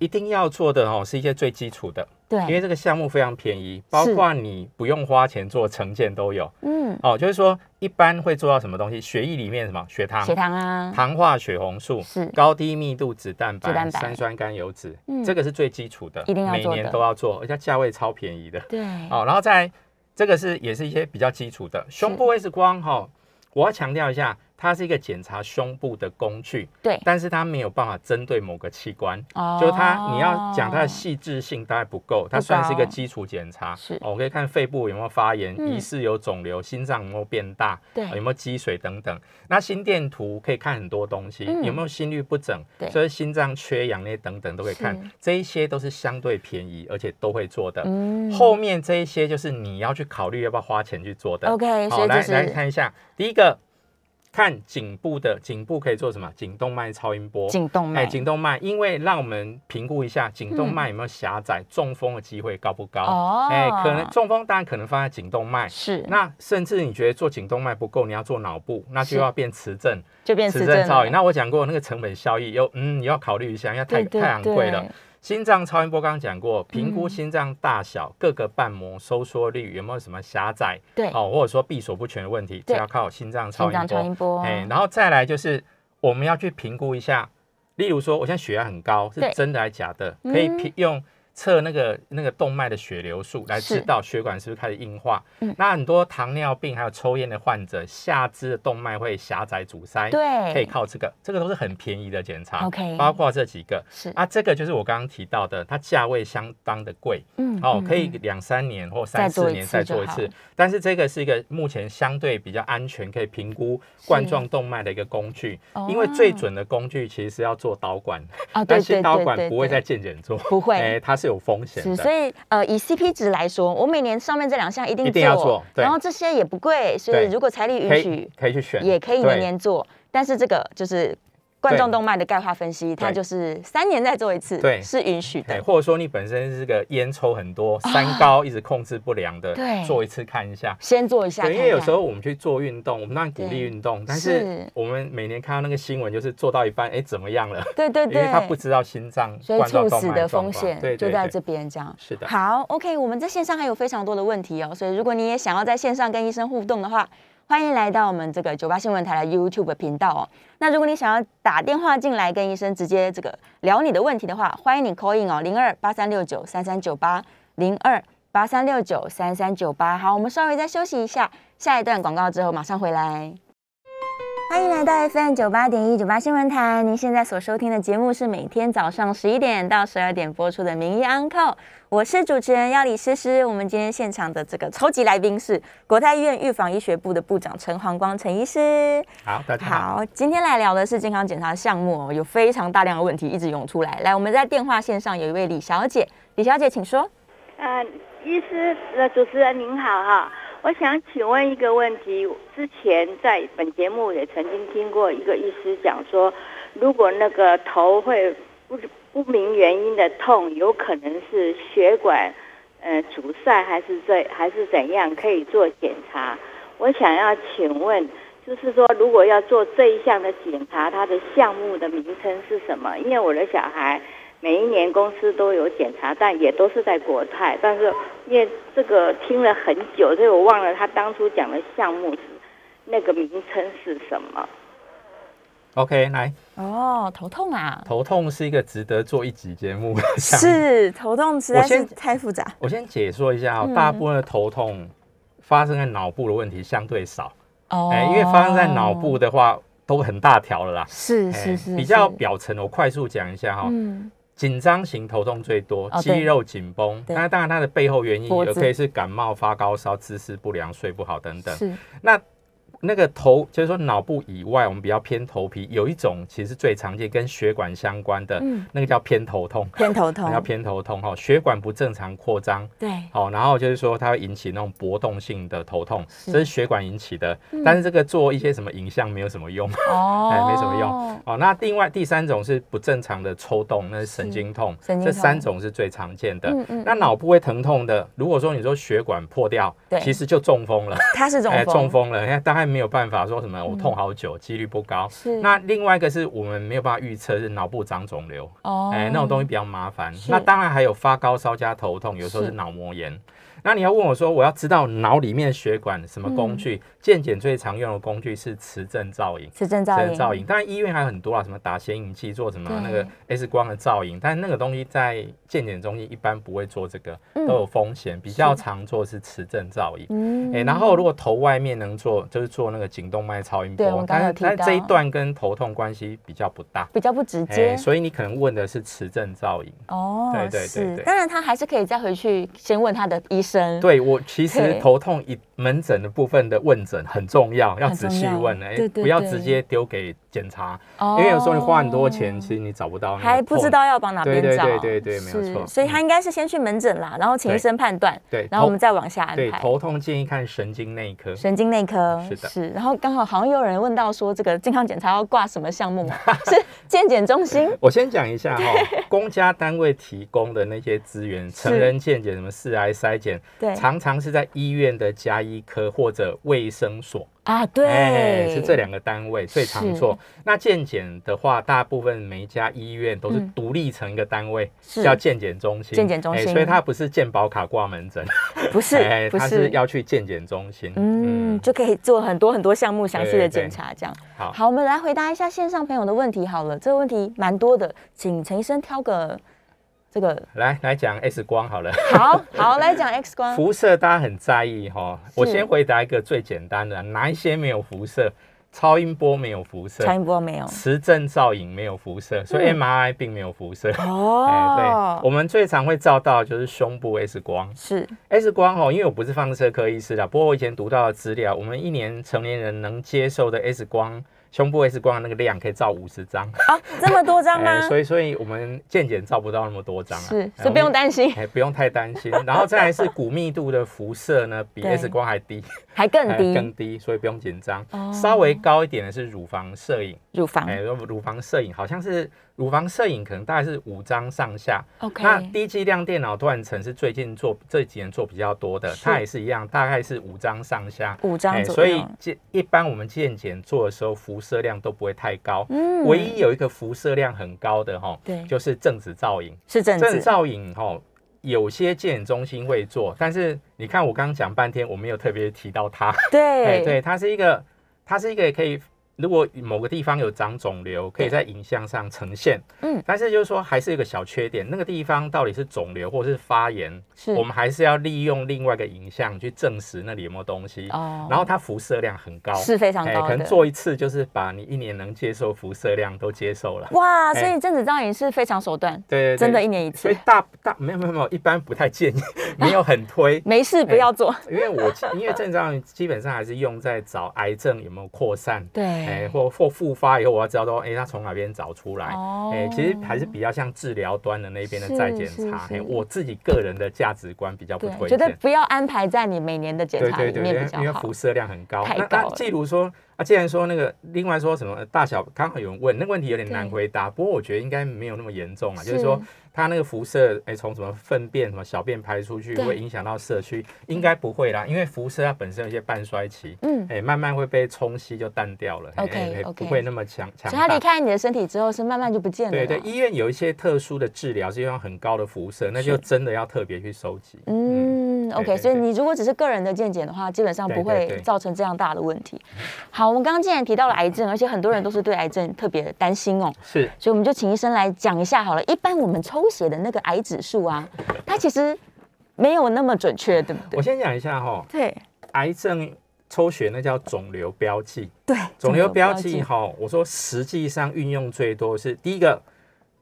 Speaker 3: 一定要做的哦，是一些最基础的，因为
Speaker 2: 对，
Speaker 3: 这个项目非常便宜，包括你不用花钱做成件都有
Speaker 2: 嗯，
Speaker 3: 哦。就是说，一般会做到什么东西？血液里面什么血糖、
Speaker 2: 血糖啊，
Speaker 3: 糖化血红素
Speaker 2: 是
Speaker 3: 高低密度脂蛋白、
Speaker 2: 脂蛋白
Speaker 3: 三酸甘油脂，
Speaker 2: 嗯
Speaker 3: 这个是最基础的，
Speaker 2: 一定要
Speaker 3: 每
Speaker 2: 做的
Speaker 3: 年都要做，而且价位超便宜的。
Speaker 2: 对，
Speaker 3: 好、然后再来这个是也是一些比较基础的胸部 X 光哈、我要强调一下，它是一个检查胸部的工具，
Speaker 2: 对，
Speaker 3: 但是它没有办法针对某个器官，
Speaker 2: 哦
Speaker 3: 就是它你要讲它的细致性大概不够，它算是一个基础检查。
Speaker 2: 是
Speaker 3: 哦，我可以看肺部有没有发炎，
Speaker 2: 嗯
Speaker 3: 疑似有肿瘤，心脏有没有变大，
Speaker 2: 对
Speaker 3: 呃有没有积水等等。那心电图可以看很多东西，
Speaker 2: 嗯
Speaker 3: 有没有心律不整
Speaker 2: 对，
Speaker 3: 所以心脏缺氧那些等等都可以看
Speaker 2: 是。
Speaker 3: 这一些都是相对便宜，而且都会做的。
Speaker 2: 嗯
Speaker 3: 后面这一些就是你要去考虑要不要花钱去做的。
Speaker 2: OK，所
Speaker 3: 好，
Speaker 2: 以就
Speaker 3: 来来
Speaker 2: 是
Speaker 3: 看一下，第一个看颈部的，颈部可以做什么？颈动脉超音波。
Speaker 2: 颈动
Speaker 3: 哎，
Speaker 2: 脉，嗯
Speaker 3: 颈动脉，因为让我们评估一下颈动脉有没有狭窄，中风的机会高不高？
Speaker 2: 哦
Speaker 3: 哎，可能中风当然可能放在颈动脉，
Speaker 2: 是，
Speaker 3: 那甚至你觉得做颈动脉不够，你要做脑部，那
Speaker 2: 是
Speaker 3: 就要变磁振，
Speaker 2: 就变磁振
Speaker 3: 造影。
Speaker 2: 了
Speaker 3: 那我讲过那个成本效益，又嗯，你要考虑一下，因为太
Speaker 2: 对对
Speaker 3: 太昂贵了
Speaker 2: 对。
Speaker 3: 心脏超音波刚刚讲过，评估
Speaker 2: 嗯
Speaker 3: 心脏大小、各个瓣膜收缩率有没有什么狭窄，
Speaker 2: 对，
Speaker 3: 哦，或者说闭锁不全的问题，这
Speaker 2: 对
Speaker 3: 要靠心脏
Speaker 2: 心
Speaker 3: 超音
Speaker 2: 脏超音
Speaker 3: 波。
Speaker 2: 波，
Speaker 3: 哎，然后再来就是我们要去评估一下，例如说我现在血压很高，是
Speaker 2: 对
Speaker 3: 真的还是假的？可以
Speaker 2: 嗯
Speaker 3: 评用测那个那个动脉的血流速来
Speaker 2: 是
Speaker 3: 知道血管是不是开始硬化
Speaker 2: 嗯。
Speaker 3: 那很多糖尿病还有抽烟的患者，下肢的动脉会狭窄阻塞，
Speaker 2: 对，
Speaker 3: 可以靠这个，这个都是很便宜的检查。
Speaker 2: OK
Speaker 3: 包括这几个
Speaker 2: 是
Speaker 3: 啊，这个就是我刚刚提到的，它价位相当的贵。
Speaker 2: 嗯
Speaker 3: 哦，
Speaker 2: 嗯
Speaker 3: 可以
Speaker 2: 嗯
Speaker 3: 两三年或
Speaker 2: 再
Speaker 3: 三
Speaker 2: 做
Speaker 3: 四
Speaker 2: 一
Speaker 3: 年
Speaker 2: 次
Speaker 3: 再
Speaker 2: 就
Speaker 3: 做一
Speaker 2: 好
Speaker 3: 次，但是这个是一个目前相对比较安全，可以评估冠状动脉的一个工具
Speaker 2: 哦，
Speaker 3: 因为最准的工具其实是要做导管，
Speaker 2: 啊，对
Speaker 3: 但
Speaker 2: 对
Speaker 3: 是
Speaker 2: 对
Speaker 3: 导
Speaker 2: 对
Speaker 3: 管
Speaker 2: 对，
Speaker 3: 不会在健检做，
Speaker 2: 不会
Speaker 3: 哎，它是有风险
Speaker 2: 是，所
Speaker 3: 的。
Speaker 2: 以呃，以 CP 值来说，我每年上面这两项一定
Speaker 3: 一定要做对
Speaker 2: 然后这些也不贵，所以
Speaker 3: 对
Speaker 2: 如果财力
Speaker 3: 可
Speaker 2: 允
Speaker 3: 以
Speaker 2: 许，
Speaker 3: 可以去选，
Speaker 2: 也可以
Speaker 3: 对
Speaker 2: 年年做。但是这个就是冠
Speaker 3: 对
Speaker 2: 状动脉的钙化分析，它
Speaker 3: 对
Speaker 2: 就是三年再做一次，
Speaker 3: 对
Speaker 2: 是允许
Speaker 3: 哎，
Speaker 2: 的。
Speaker 3: 或者说你本身是个烟抽很多、三高一直控制不良的，
Speaker 2: 哦对
Speaker 3: 做一次看一下。
Speaker 2: 先做一下看
Speaker 3: 对，
Speaker 2: 看，
Speaker 3: 因为有时候我们去做运动，我们当然鼓励
Speaker 2: 对
Speaker 3: 运动，但
Speaker 2: 是
Speaker 3: 是我们每年看到那个新闻，就是做到一半，哎，怎么样了？
Speaker 2: 对 对
Speaker 3: 因为
Speaker 2: 对，
Speaker 3: 他不知道心脏
Speaker 2: 所以
Speaker 3: 冠状
Speaker 2: 猝
Speaker 3: 动
Speaker 2: 死
Speaker 3: 脉
Speaker 2: 的
Speaker 3: 状
Speaker 2: 风
Speaker 3: 况
Speaker 2: 险
Speaker 3: 对
Speaker 2: 就
Speaker 3: 对
Speaker 2: 在
Speaker 3: 对
Speaker 2: 这边，这样
Speaker 3: 是的
Speaker 2: 好，OK，我们在线上还有非常多的问题哦，所以如果你也想要在线上跟医生互动的话，欢迎来到我们这个九八新闻台的 YouTube 频道哦。那如果你想要打电话进来跟医生直接这个聊你的问题的话，欢迎你 call in 哦，零二八三六九三三九八零二八三六九三三九八。好，我们稍微再休息一下，下一段广告之后马上回来。欢迎来到 FM 九八点一九八新闻台，您现在所收听的节目是每天早上十一点到十二点播出的《名医 Uncle》，我是主持人要李诗诗。我们今天现场的这个超级来宾是国泰医院预防医学部的部长陈黄光陈医师。
Speaker 3: 好，大家好。
Speaker 2: 好，今天来聊的是健康检查项目哦，有非常大量的问题一直涌出来。来，我们在电话线上有一位李小姐，李小姐请说。
Speaker 5: 呃，医师呃，主持人您好哈，我想请问一个问题。之前在本节目也曾经听过一个医师讲说，如果那个头会不不明原因的痛，有可能是血管呃阻塞还是这还是怎样，可以做检查。我想要请问，就是说如果要做这一项的检查，它的项目的名称是什么？因为我的小孩。每一年公司都有检查，但也都是在国泰。但是因为这个听了很久，所以我忘了他当初讲的项目是那个名称是什么。
Speaker 3: OK，来，
Speaker 2: 哦，头痛啊，
Speaker 3: 头痛是一个值得做一集节目的项目。
Speaker 2: 是头痛实在
Speaker 3: 我
Speaker 2: 是
Speaker 3: 先
Speaker 2: 太复杂。
Speaker 3: 我先解说一下哦，
Speaker 2: 嗯
Speaker 3: 大部分的头痛发生在脑部的问题相对少，
Speaker 2: 哦
Speaker 3: 哎、因为发生在脑部的话都很大条了啦。
Speaker 2: 是
Speaker 3: 哎
Speaker 2: 是是，
Speaker 3: 比较
Speaker 2: 是
Speaker 3: 表层的，我快速讲一下哈、
Speaker 2: 嗯，
Speaker 3: 紧张型头痛最多，
Speaker 2: 哦对
Speaker 3: 肌肉紧绷。
Speaker 2: 对
Speaker 3: 那当然，它的背后原因
Speaker 2: 脖
Speaker 3: 也
Speaker 2: 子
Speaker 3: 可以是感冒、发高烧、姿势不良、睡不好等等。
Speaker 2: 是
Speaker 3: 那那个头，就是说脑部以外，我们比较偏头皮，有一种其实最常见跟血管相关的，
Speaker 2: 嗯哦
Speaker 3: 那个叫偏头痛，
Speaker 2: 偏头痛，
Speaker 3: 叫偏头痛哈、哦，血管不正常扩张。
Speaker 2: 对，
Speaker 3: 好、然后就是说它会引起那种搏动性的头痛，
Speaker 2: 是嗯
Speaker 3: 这是血管引起的。但是这个做一些什么影像没有什么用。
Speaker 2: 哦
Speaker 3: 哎，没什么用。哦，那另外第三种是不正常的抽动，那是神经痛，
Speaker 2: 神经
Speaker 3: 这
Speaker 2: 痛
Speaker 3: 三种是最常见的。
Speaker 2: 嗯嗯
Speaker 3: 那脑部会疼痛的，如果说你说血管破掉
Speaker 2: 对，
Speaker 3: 其实就中风了，
Speaker 2: 它 是中
Speaker 3: 哎，
Speaker 2: 风，嗯
Speaker 3: 中风了，哎，大概没有办法说什么我痛好久，几率不高。
Speaker 2: 是
Speaker 3: 那另外一个是我们没有办法预测是脑部长肿瘤，
Speaker 2: 哦，
Speaker 3: 哎，那种东西比较麻烦
Speaker 2: 是。
Speaker 3: 那当然还有发高烧加头痛，有时候是
Speaker 2: 是
Speaker 3: 脑膜炎。那你要问我说，我要知道脑里面的血管什么工
Speaker 2: 嗯
Speaker 3: 具？健检最常用的工具是磁振造影。
Speaker 2: 磁振造
Speaker 3: 这
Speaker 2: 影，
Speaker 3: 造影，当然医院还有很多啊，什么打显影剂做什么那个
Speaker 2: 对
Speaker 3: X 光的造影，但那个东西在健检中心一般不会做这个，
Speaker 2: 嗯
Speaker 3: 都有风险，比较常做是磁振造影。
Speaker 2: 嗯
Speaker 3: 哎、然后如果头外面能做，就是做那个颈动脉超音
Speaker 2: 对我
Speaker 3: 波
Speaker 2: 们，刚刚
Speaker 3: 但
Speaker 2: 有提
Speaker 3: 是但是这一
Speaker 2: 到
Speaker 3: 段跟头痛关系比较不大，
Speaker 2: 比较不直
Speaker 3: 哎、
Speaker 2: 接，
Speaker 3: 所以你可能问的是磁振造影。
Speaker 2: 哦，
Speaker 3: 对对对
Speaker 2: 是，
Speaker 3: 对
Speaker 2: 当然他还是可以再回去先问他的医生，，
Speaker 3: 对我其
Speaker 2: 对
Speaker 3: 实头痛一门诊的部分的问诊很重要，要
Speaker 2: 很
Speaker 3: 仔
Speaker 2: 重
Speaker 3: 细
Speaker 2: 要
Speaker 3: 问，哎、
Speaker 2: 对对
Speaker 3: 不要
Speaker 2: 对
Speaker 3: 直接丢给检查，
Speaker 2: 哦
Speaker 3: 因为有时候你花很多钱，其实你找不到那个
Speaker 2: 还不知
Speaker 3: 痛
Speaker 2: 道要往哪边
Speaker 3: 对对
Speaker 2: 找，
Speaker 3: 对对对没有
Speaker 2: 是
Speaker 3: 错
Speaker 2: 所以他应该是先去门诊啦，然后请医
Speaker 3: 对
Speaker 2: 生判断，
Speaker 3: 对
Speaker 2: 然后我
Speaker 3: 头
Speaker 2: 们再往下安
Speaker 3: 对，
Speaker 2: 排。
Speaker 3: 头痛建议看神经内科。
Speaker 2: 神经内科
Speaker 3: 是的
Speaker 2: 然后刚好好像有人问到说，这个健康检查要挂什么项目？ 是健检中心
Speaker 3: 我先讲一下哈、公家单位提供的那些资源，成人健检、什么四癌筛检，
Speaker 2: 对
Speaker 3: 常常是在医院的加医科或者卫生所，
Speaker 2: 啊，对，
Speaker 3: 哎是这两个单位最常
Speaker 2: 是
Speaker 3: 做。那健检的话，大部分每一家医院都是
Speaker 2: 嗯
Speaker 3: 独立成一个单位，
Speaker 2: 是
Speaker 3: 叫健检中心。
Speaker 2: 健检中
Speaker 3: 哎
Speaker 2: 心
Speaker 3: 所以它不是健保卡挂门诊，
Speaker 2: 不是、
Speaker 3: 哎
Speaker 2: 不
Speaker 3: 它
Speaker 2: 是
Speaker 3: 是要去健检中心。
Speaker 2: 嗯，就可以做很多很多项目详细的检查，这样。
Speaker 3: 好
Speaker 2: 好，我们来回答一下线上朋友的问题好了，这个问题蛮多的，请陈医生挑个这个。
Speaker 3: 来来讲 X 光好了。
Speaker 2: 好好来讲 X 光，
Speaker 3: 辐射大家很在意哈，我
Speaker 2: 嗯是
Speaker 3: 先回答一个最简单的，哪一些没有辐射？超音波没有辐射，
Speaker 2: 超音波没有？
Speaker 3: 磁振造影没有辐射，所以 MRI 并没有辐射。
Speaker 2: 哦
Speaker 3: 哎，，对，我们最常会照到的就是胸部 X 光
Speaker 2: 是
Speaker 3: ，X 光哦，因为我不是放射科医师啊啦，不过我以前读到的资料，我们一年成年人能接受的 X 光胸部 X 光的那个量可以照五十张，
Speaker 2: 啊，这么多张吗
Speaker 3: 哎？所以所以我们健检照不到那么多张啊，
Speaker 2: 是，
Speaker 3: 哎
Speaker 2: 所以不用担心，
Speaker 3: 哎，不用太担心。然后再来是骨密度的辐射呢，比
Speaker 2: 对
Speaker 3: X 光还低，
Speaker 2: 还更
Speaker 3: 哎
Speaker 2: 低，
Speaker 3: 更低，所以不用紧张
Speaker 2: 哦。
Speaker 3: 稍微高一点的是乳房摄影，
Speaker 2: 乳房
Speaker 3: 哎，乳房摄影好像是乳房摄影，可能大概是五张上下。
Speaker 2: ，OK，
Speaker 3: 那低剂量电脑断层是最近做这几年做比较多的，
Speaker 2: 是
Speaker 3: 它也是一样，大概是五张上下。哎
Speaker 2: 五张左右，
Speaker 3: 所以健一般我们健检做的时候，辐射量都不会太高。
Speaker 2: 嗯
Speaker 3: 唯一有一个辐射量很高的哈，
Speaker 2: 对
Speaker 3: 就是正子造影。
Speaker 2: 是正
Speaker 3: 正
Speaker 2: 治，
Speaker 3: 造影哈，有些健检中心会做，但是你看我刚刚讲半天，我没有特别提到它。哎，
Speaker 2: 对
Speaker 3: 对，它是一个，它是一个可以，如果某个地方有长肿瘤，可以在影像上呈现。
Speaker 2: 嗯
Speaker 3: 但是就是说，还是有一个小缺点，那个地方到底是肿瘤或是发炎，
Speaker 2: 是
Speaker 3: 我们还是要利用另外一个影像去证实那里有没有东西。
Speaker 2: 哦
Speaker 3: 然后它辐射量很高，
Speaker 2: 是非常
Speaker 3: 哎
Speaker 2: 高
Speaker 3: 可能
Speaker 2: 的
Speaker 3: 做一次就是把你一年能接受辐射量都接受了。
Speaker 2: 哇，
Speaker 3: 哎
Speaker 2: 所以正子造影是非常手段，
Speaker 3: 对对对，
Speaker 2: 真的一年一次
Speaker 3: 所以大大没有没有没有，一般不太建议，没有很推。
Speaker 2: 没事不要做，
Speaker 3: 因为我因为症状基本上还是用在找癌症有没有扩散，
Speaker 2: 对
Speaker 3: 哎，或或复发以后，我要知道说，哎，它从哪边找出来，
Speaker 2: 哦
Speaker 3: 哎，其实还是比较像治疗端的那边的
Speaker 2: 是
Speaker 3: 再检
Speaker 2: 是
Speaker 3: 查，
Speaker 2: 是
Speaker 3: 哎，我自己个人的价值观比较不
Speaker 2: 对，
Speaker 3: 推
Speaker 2: 觉得
Speaker 3: 荐。
Speaker 2: 不要安排在你每年的检
Speaker 3: 对
Speaker 2: 查
Speaker 3: 对
Speaker 2: 里
Speaker 3: 对
Speaker 2: 面
Speaker 3: 对
Speaker 2: 比，较
Speaker 3: 因为
Speaker 2: 好
Speaker 3: 辐，射量很高。
Speaker 2: 太
Speaker 3: 那
Speaker 2: 高
Speaker 3: 那
Speaker 2: 了
Speaker 3: 既如说啊，既然说那个，另外说什么呃大小，刚好有人问那个问题有点难
Speaker 2: 对
Speaker 3: 回答，不过我觉得应该没有那么严重啊，就是是说它那个辐射，哎，从什么粪便、什么小便排出去，
Speaker 2: 对
Speaker 3: 会影响到社区，应该不会啦，因为辐射它本身有一些半衰期，
Speaker 2: 嗯，
Speaker 3: 哎，慢慢会被冲洗就淡掉了哎
Speaker 2: OK，
Speaker 3: 哎哎
Speaker 2: OK
Speaker 3: 不会那么强强
Speaker 2: 所以它离
Speaker 3: 大。
Speaker 2: 开你的身体之后是慢慢就不见了
Speaker 3: 对
Speaker 2: 啦，
Speaker 3: 对，医院有一些特殊的治疗是用很高的辐射，那
Speaker 2: 是
Speaker 3: 就真的要特别去收集。
Speaker 2: 嗯
Speaker 3: 对
Speaker 2: ，OK，
Speaker 3: 对
Speaker 2: 所以
Speaker 3: 对
Speaker 2: 你如果只是个人的见解的话，基本上
Speaker 3: 对
Speaker 2: 不
Speaker 3: 对
Speaker 2: 会
Speaker 3: 对
Speaker 2: 造成这样大的问题。好，我们刚刚既然提到了癌症，而且很多人都是对癌症特别担心哦，
Speaker 3: 是
Speaker 2: 所以我们就请医生来讲一下好了。一般我们抽血的那个癌指数啊，它其实没有那么准确，对不
Speaker 3: 我
Speaker 2: 对？
Speaker 3: 先讲一下哈，
Speaker 2: 对
Speaker 3: 癌症抽血那叫肿瘤标记，
Speaker 2: 对，
Speaker 3: 肿瘤标记哈，我说实际上运用最多是第一个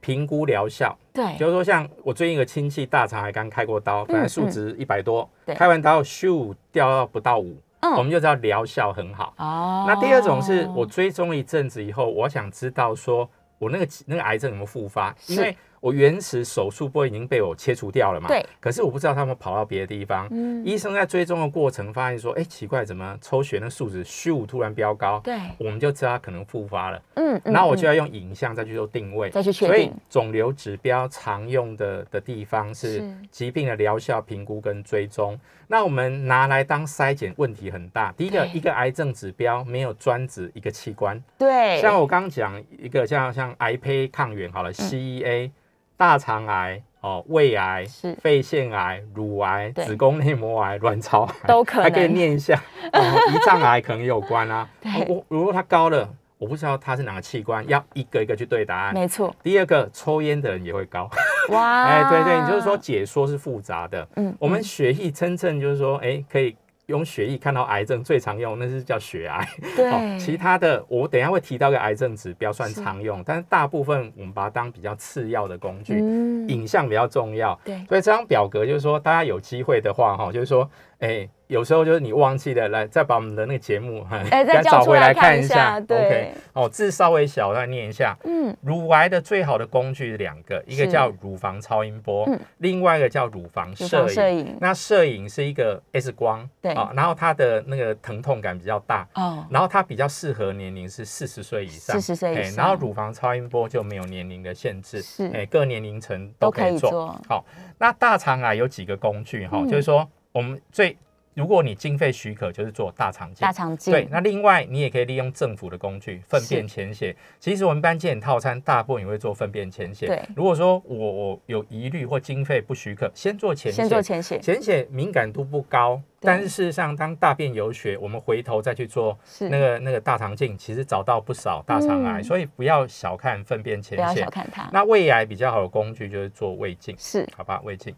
Speaker 3: 评估疗效，
Speaker 2: 对
Speaker 3: 就是说像我最近一个亲戚大肠癌刚开过刀，本来数值一百多
Speaker 2: 对，
Speaker 3: 开完刀咻掉到不到五，
Speaker 2: 嗯
Speaker 3: 我们就知道疗效很好。
Speaker 2: 哦
Speaker 3: 那第二种是我追踪一阵子以后，我想知道说我那个那个癌症有没有复发，
Speaker 2: 是
Speaker 3: 因为我原始手术部位已经被我切除掉了嘛。
Speaker 2: 对。
Speaker 3: 可是我不知道他们跑到别的地方。
Speaker 2: 嗯
Speaker 3: 医生在追踪的过程发现说，哎，奇怪，怎么抽血那数值咻突然飙高？
Speaker 2: 对
Speaker 3: 我们就知道它可能复发了。
Speaker 2: 嗯，嗯
Speaker 3: 那我就
Speaker 2: 嗯
Speaker 3: 要用影像再去做定位，
Speaker 2: 再去确
Speaker 3: 所以
Speaker 2: 定
Speaker 3: 肿瘤指标常用的的地方是
Speaker 2: 是
Speaker 3: 疾病的疗效评估跟追踪。那我们拿来当筛检问题很大。第一个，
Speaker 2: 对
Speaker 3: 一个癌症指标没有专指一个器官，
Speaker 2: 对，嗯
Speaker 3: 像我刚刚讲一个像像癌胚抗原好了，CEA、大肠癌。哦，胃癌
Speaker 2: 是、
Speaker 3: 肺腺癌、乳癌、
Speaker 2: 对
Speaker 3: 子宫内膜癌、卵巢癌
Speaker 2: 都可能
Speaker 3: 还可以念一下。哦，胰脏癌可能也有关啊。
Speaker 2: 对
Speaker 3: 我我如果它高了，我不知道它是哪个器官，要一个一个去对答案。
Speaker 2: 没错，
Speaker 3: 第二个，抽烟的人也会高。
Speaker 2: 哇，
Speaker 3: 哎，对对，你就是说解说是复杂的。
Speaker 2: 嗯
Speaker 3: 我们血液真正就是说，哎，可以用血液看到癌症最常用，那是叫血癌。
Speaker 2: 对，
Speaker 3: 哦其他的我等一下会提到一个癌症指标算常用，但是大部分我们把它当比较次要的工具，
Speaker 2: 嗯
Speaker 3: 影像比较重要。
Speaker 2: 对
Speaker 3: 所以这张表格就是说，大家有机会的话，哈，就是说，哎、有时候就是你忘记了，来再把我们的那个节目，哎
Speaker 2: 哎 再叫
Speaker 3: 找
Speaker 2: 出
Speaker 3: 回
Speaker 2: 来
Speaker 3: 来
Speaker 2: 看一
Speaker 3: 一
Speaker 2: 下对
Speaker 3: OK，哦，字稍微小，再念一下。
Speaker 2: 嗯
Speaker 3: 乳癌的最好的工具是两个，一个
Speaker 2: 是
Speaker 3: 叫乳房超音波，
Speaker 2: 嗯
Speaker 3: 另外一个叫乳房
Speaker 2: 乳
Speaker 3: 摄
Speaker 2: 房
Speaker 3: 影。
Speaker 2: 摄影
Speaker 3: 那摄影是一个 X 光，
Speaker 2: 对
Speaker 3: 啊，然后它的那个疼痛感比较大，
Speaker 2: 哦，
Speaker 3: 然后它比较适合年龄是四十岁以上，
Speaker 2: 40岁以
Speaker 3: 哎
Speaker 2: 上
Speaker 3: 然后乳房超音波就没有年龄的限制，
Speaker 2: 是
Speaker 3: 哎，各年龄层都可
Speaker 2: 都
Speaker 3: 以
Speaker 2: 可以做
Speaker 3: 做。好，那大肠癌有几个工具哈、
Speaker 2: 嗯
Speaker 3: 就是说我们最如果你经费许可，就是做大肠镜
Speaker 2: 大。肠镜
Speaker 3: 对，那另外你也可以利用政府的工具，粪便潜血。其实我们一般健检套餐大部分也会做粪便潜血。
Speaker 2: 对
Speaker 3: 如果说我我有疑虑或经费不许可，先做潜血。
Speaker 2: 先做潜血，
Speaker 3: 潜血敏感度不高，
Speaker 2: 对
Speaker 3: 但是事实上，当大便有血，我们回头再去做
Speaker 2: 是
Speaker 3: 那个那个大肠镜，其实找到不少大肠癌，
Speaker 2: 嗯
Speaker 3: 所以不要小看粪便
Speaker 2: 不要
Speaker 3: 潜血
Speaker 2: 小。看它，
Speaker 3: 那胃癌比较好的工具就是做胃镜，
Speaker 2: 是
Speaker 3: 好吧？胃镜。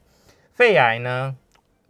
Speaker 3: 肺癌呢，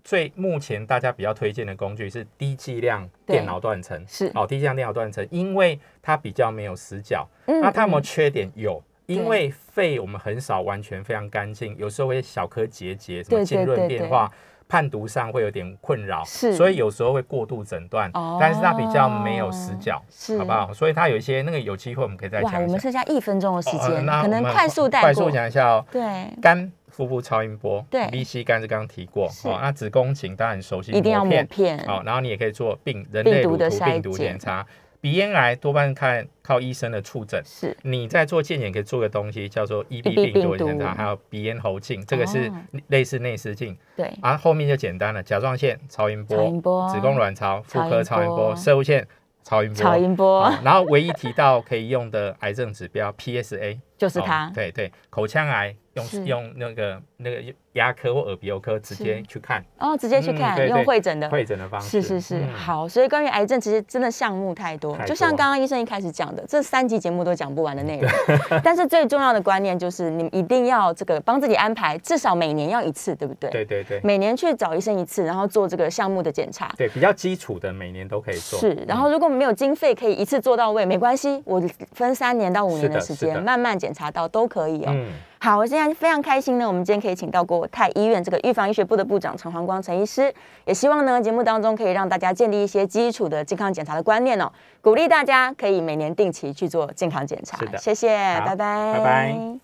Speaker 3: 最目前大家比较推荐的工具是低剂量
Speaker 2: 对
Speaker 3: 电脑断层，
Speaker 2: 是
Speaker 3: 哦，低剂量电脑断层，因为它比较没有死角。
Speaker 2: 嗯
Speaker 3: 那它有没有
Speaker 2: 嗯
Speaker 3: 缺点？有。因
Speaker 2: 对
Speaker 3: 为肺我们很少完全非常干净，有时候会小颗结节，什
Speaker 2: 对对
Speaker 3: 么浸润
Speaker 2: 对
Speaker 3: 变
Speaker 2: 对
Speaker 3: 化，判读上会有点困扰，
Speaker 2: 是
Speaker 3: 所以有时候会过度诊断，
Speaker 2: 哦
Speaker 3: 但是它比较没有死角，
Speaker 2: 是
Speaker 3: 好不好？所以它有一些那个有机会我们可以再
Speaker 2: 哇，
Speaker 3: 讲
Speaker 2: 我
Speaker 3: 一
Speaker 2: 们
Speaker 3: 下。
Speaker 2: 剩下一分钟的时
Speaker 3: 哦
Speaker 2: 间，
Speaker 3: 那
Speaker 2: 可能
Speaker 3: 我们
Speaker 2: 快速带过。
Speaker 3: 快速讲一下哦。
Speaker 2: 对，
Speaker 3: 肝腹部超音波，
Speaker 2: 对
Speaker 3: ，VC 肝是刚刚提过，
Speaker 2: 是
Speaker 3: 哦，那子宫颈当然很熟悉，
Speaker 2: 一定要抹片
Speaker 3: 好、然后你也可以做病人
Speaker 2: 嗯病
Speaker 3: 类
Speaker 2: 毒
Speaker 3: 乳
Speaker 2: 的
Speaker 3: 头
Speaker 2: 筛
Speaker 3: 病毒
Speaker 2: 检
Speaker 3: 检查。鼻咽癌多半看靠医生的触诊。
Speaker 2: 是
Speaker 3: 你在做健检可以做个东西叫做
Speaker 2: EB
Speaker 3: EB 病毒
Speaker 2: 病毒
Speaker 3: 检查，还有鼻咽喉镜，这个是
Speaker 2: 哦
Speaker 3: 类似内视镜。
Speaker 2: 对，
Speaker 3: 啊，后面就简单了，甲状腺超音波、
Speaker 2: 超音波
Speaker 3: 子宫卵巢、妇科
Speaker 2: 超
Speaker 3: 超
Speaker 2: 音
Speaker 3: 音
Speaker 2: 波
Speaker 3: 波、射物线超音波。
Speaker 2: 超音波
Speaker 3: 哦然后唯一提到可以用的癌症指标 PSA
Speaker 2: 就是它
Speaker 3: 哦对对，口腔癌
Speaker 2: 是
Speaker 3: 用用那个那个牙科或耳鼻喉科直接
Speaker 2: 是
Speaker 3: 去看
Speaker 2: 哦，直接去
Speaker 3: 嗯
Speaker 2: 看
Speaker 3: 对对
Speaker 2: 用会诊的。
Speaker 3: 会诊的方
Speaker 2: 是
Speaker 3: 式。
Speaker 2: 是是，
Speaker 3: 嗯
Speaker 2: 好，所以关于癌症，其实真的项目太多，
Speaker 3: 太
Speaker 2: 就像
Speaker 3: 多
Speaker 2: 刚刚医生一开始讲的，这三集节目都讲不完的内容。 但是最重要的观念就是，你一定要这个帮自己安排，至少每年要一次，对不对？
Speaker 3: 对对对
Speaker 2: 每年去找医生一次，然后做这个项目的检查。
Speaker 3: 对，比较基础的每年都可以做。
Speaker 2: 是，然后如果没有经费可以一次做到位，没关系，我分三年到五年的
Speaker 3: 是
Speaker 2: 时
Speaker 3: 的是
Speaker 2: 间
Speaker 3: 的
Speaker 2: 慢慢检查到都可以哦。
Speaker 3: 嗯，
Speaker 2: 好，我现在非常开心呢，我们今天可以请到国泰医院这个预防医学部的部长陈黄光陈医师，也希望呢节目当中可以让大家建立一些基础的健康检查的观念哦，鼓励大家可以每年定期去做健康检查
Speaker 3: 是。的
Speaker 2: 谢谢，
Speaker 3: 好
Speaker 2: 拜拜，
Speaker 3: 拜拜。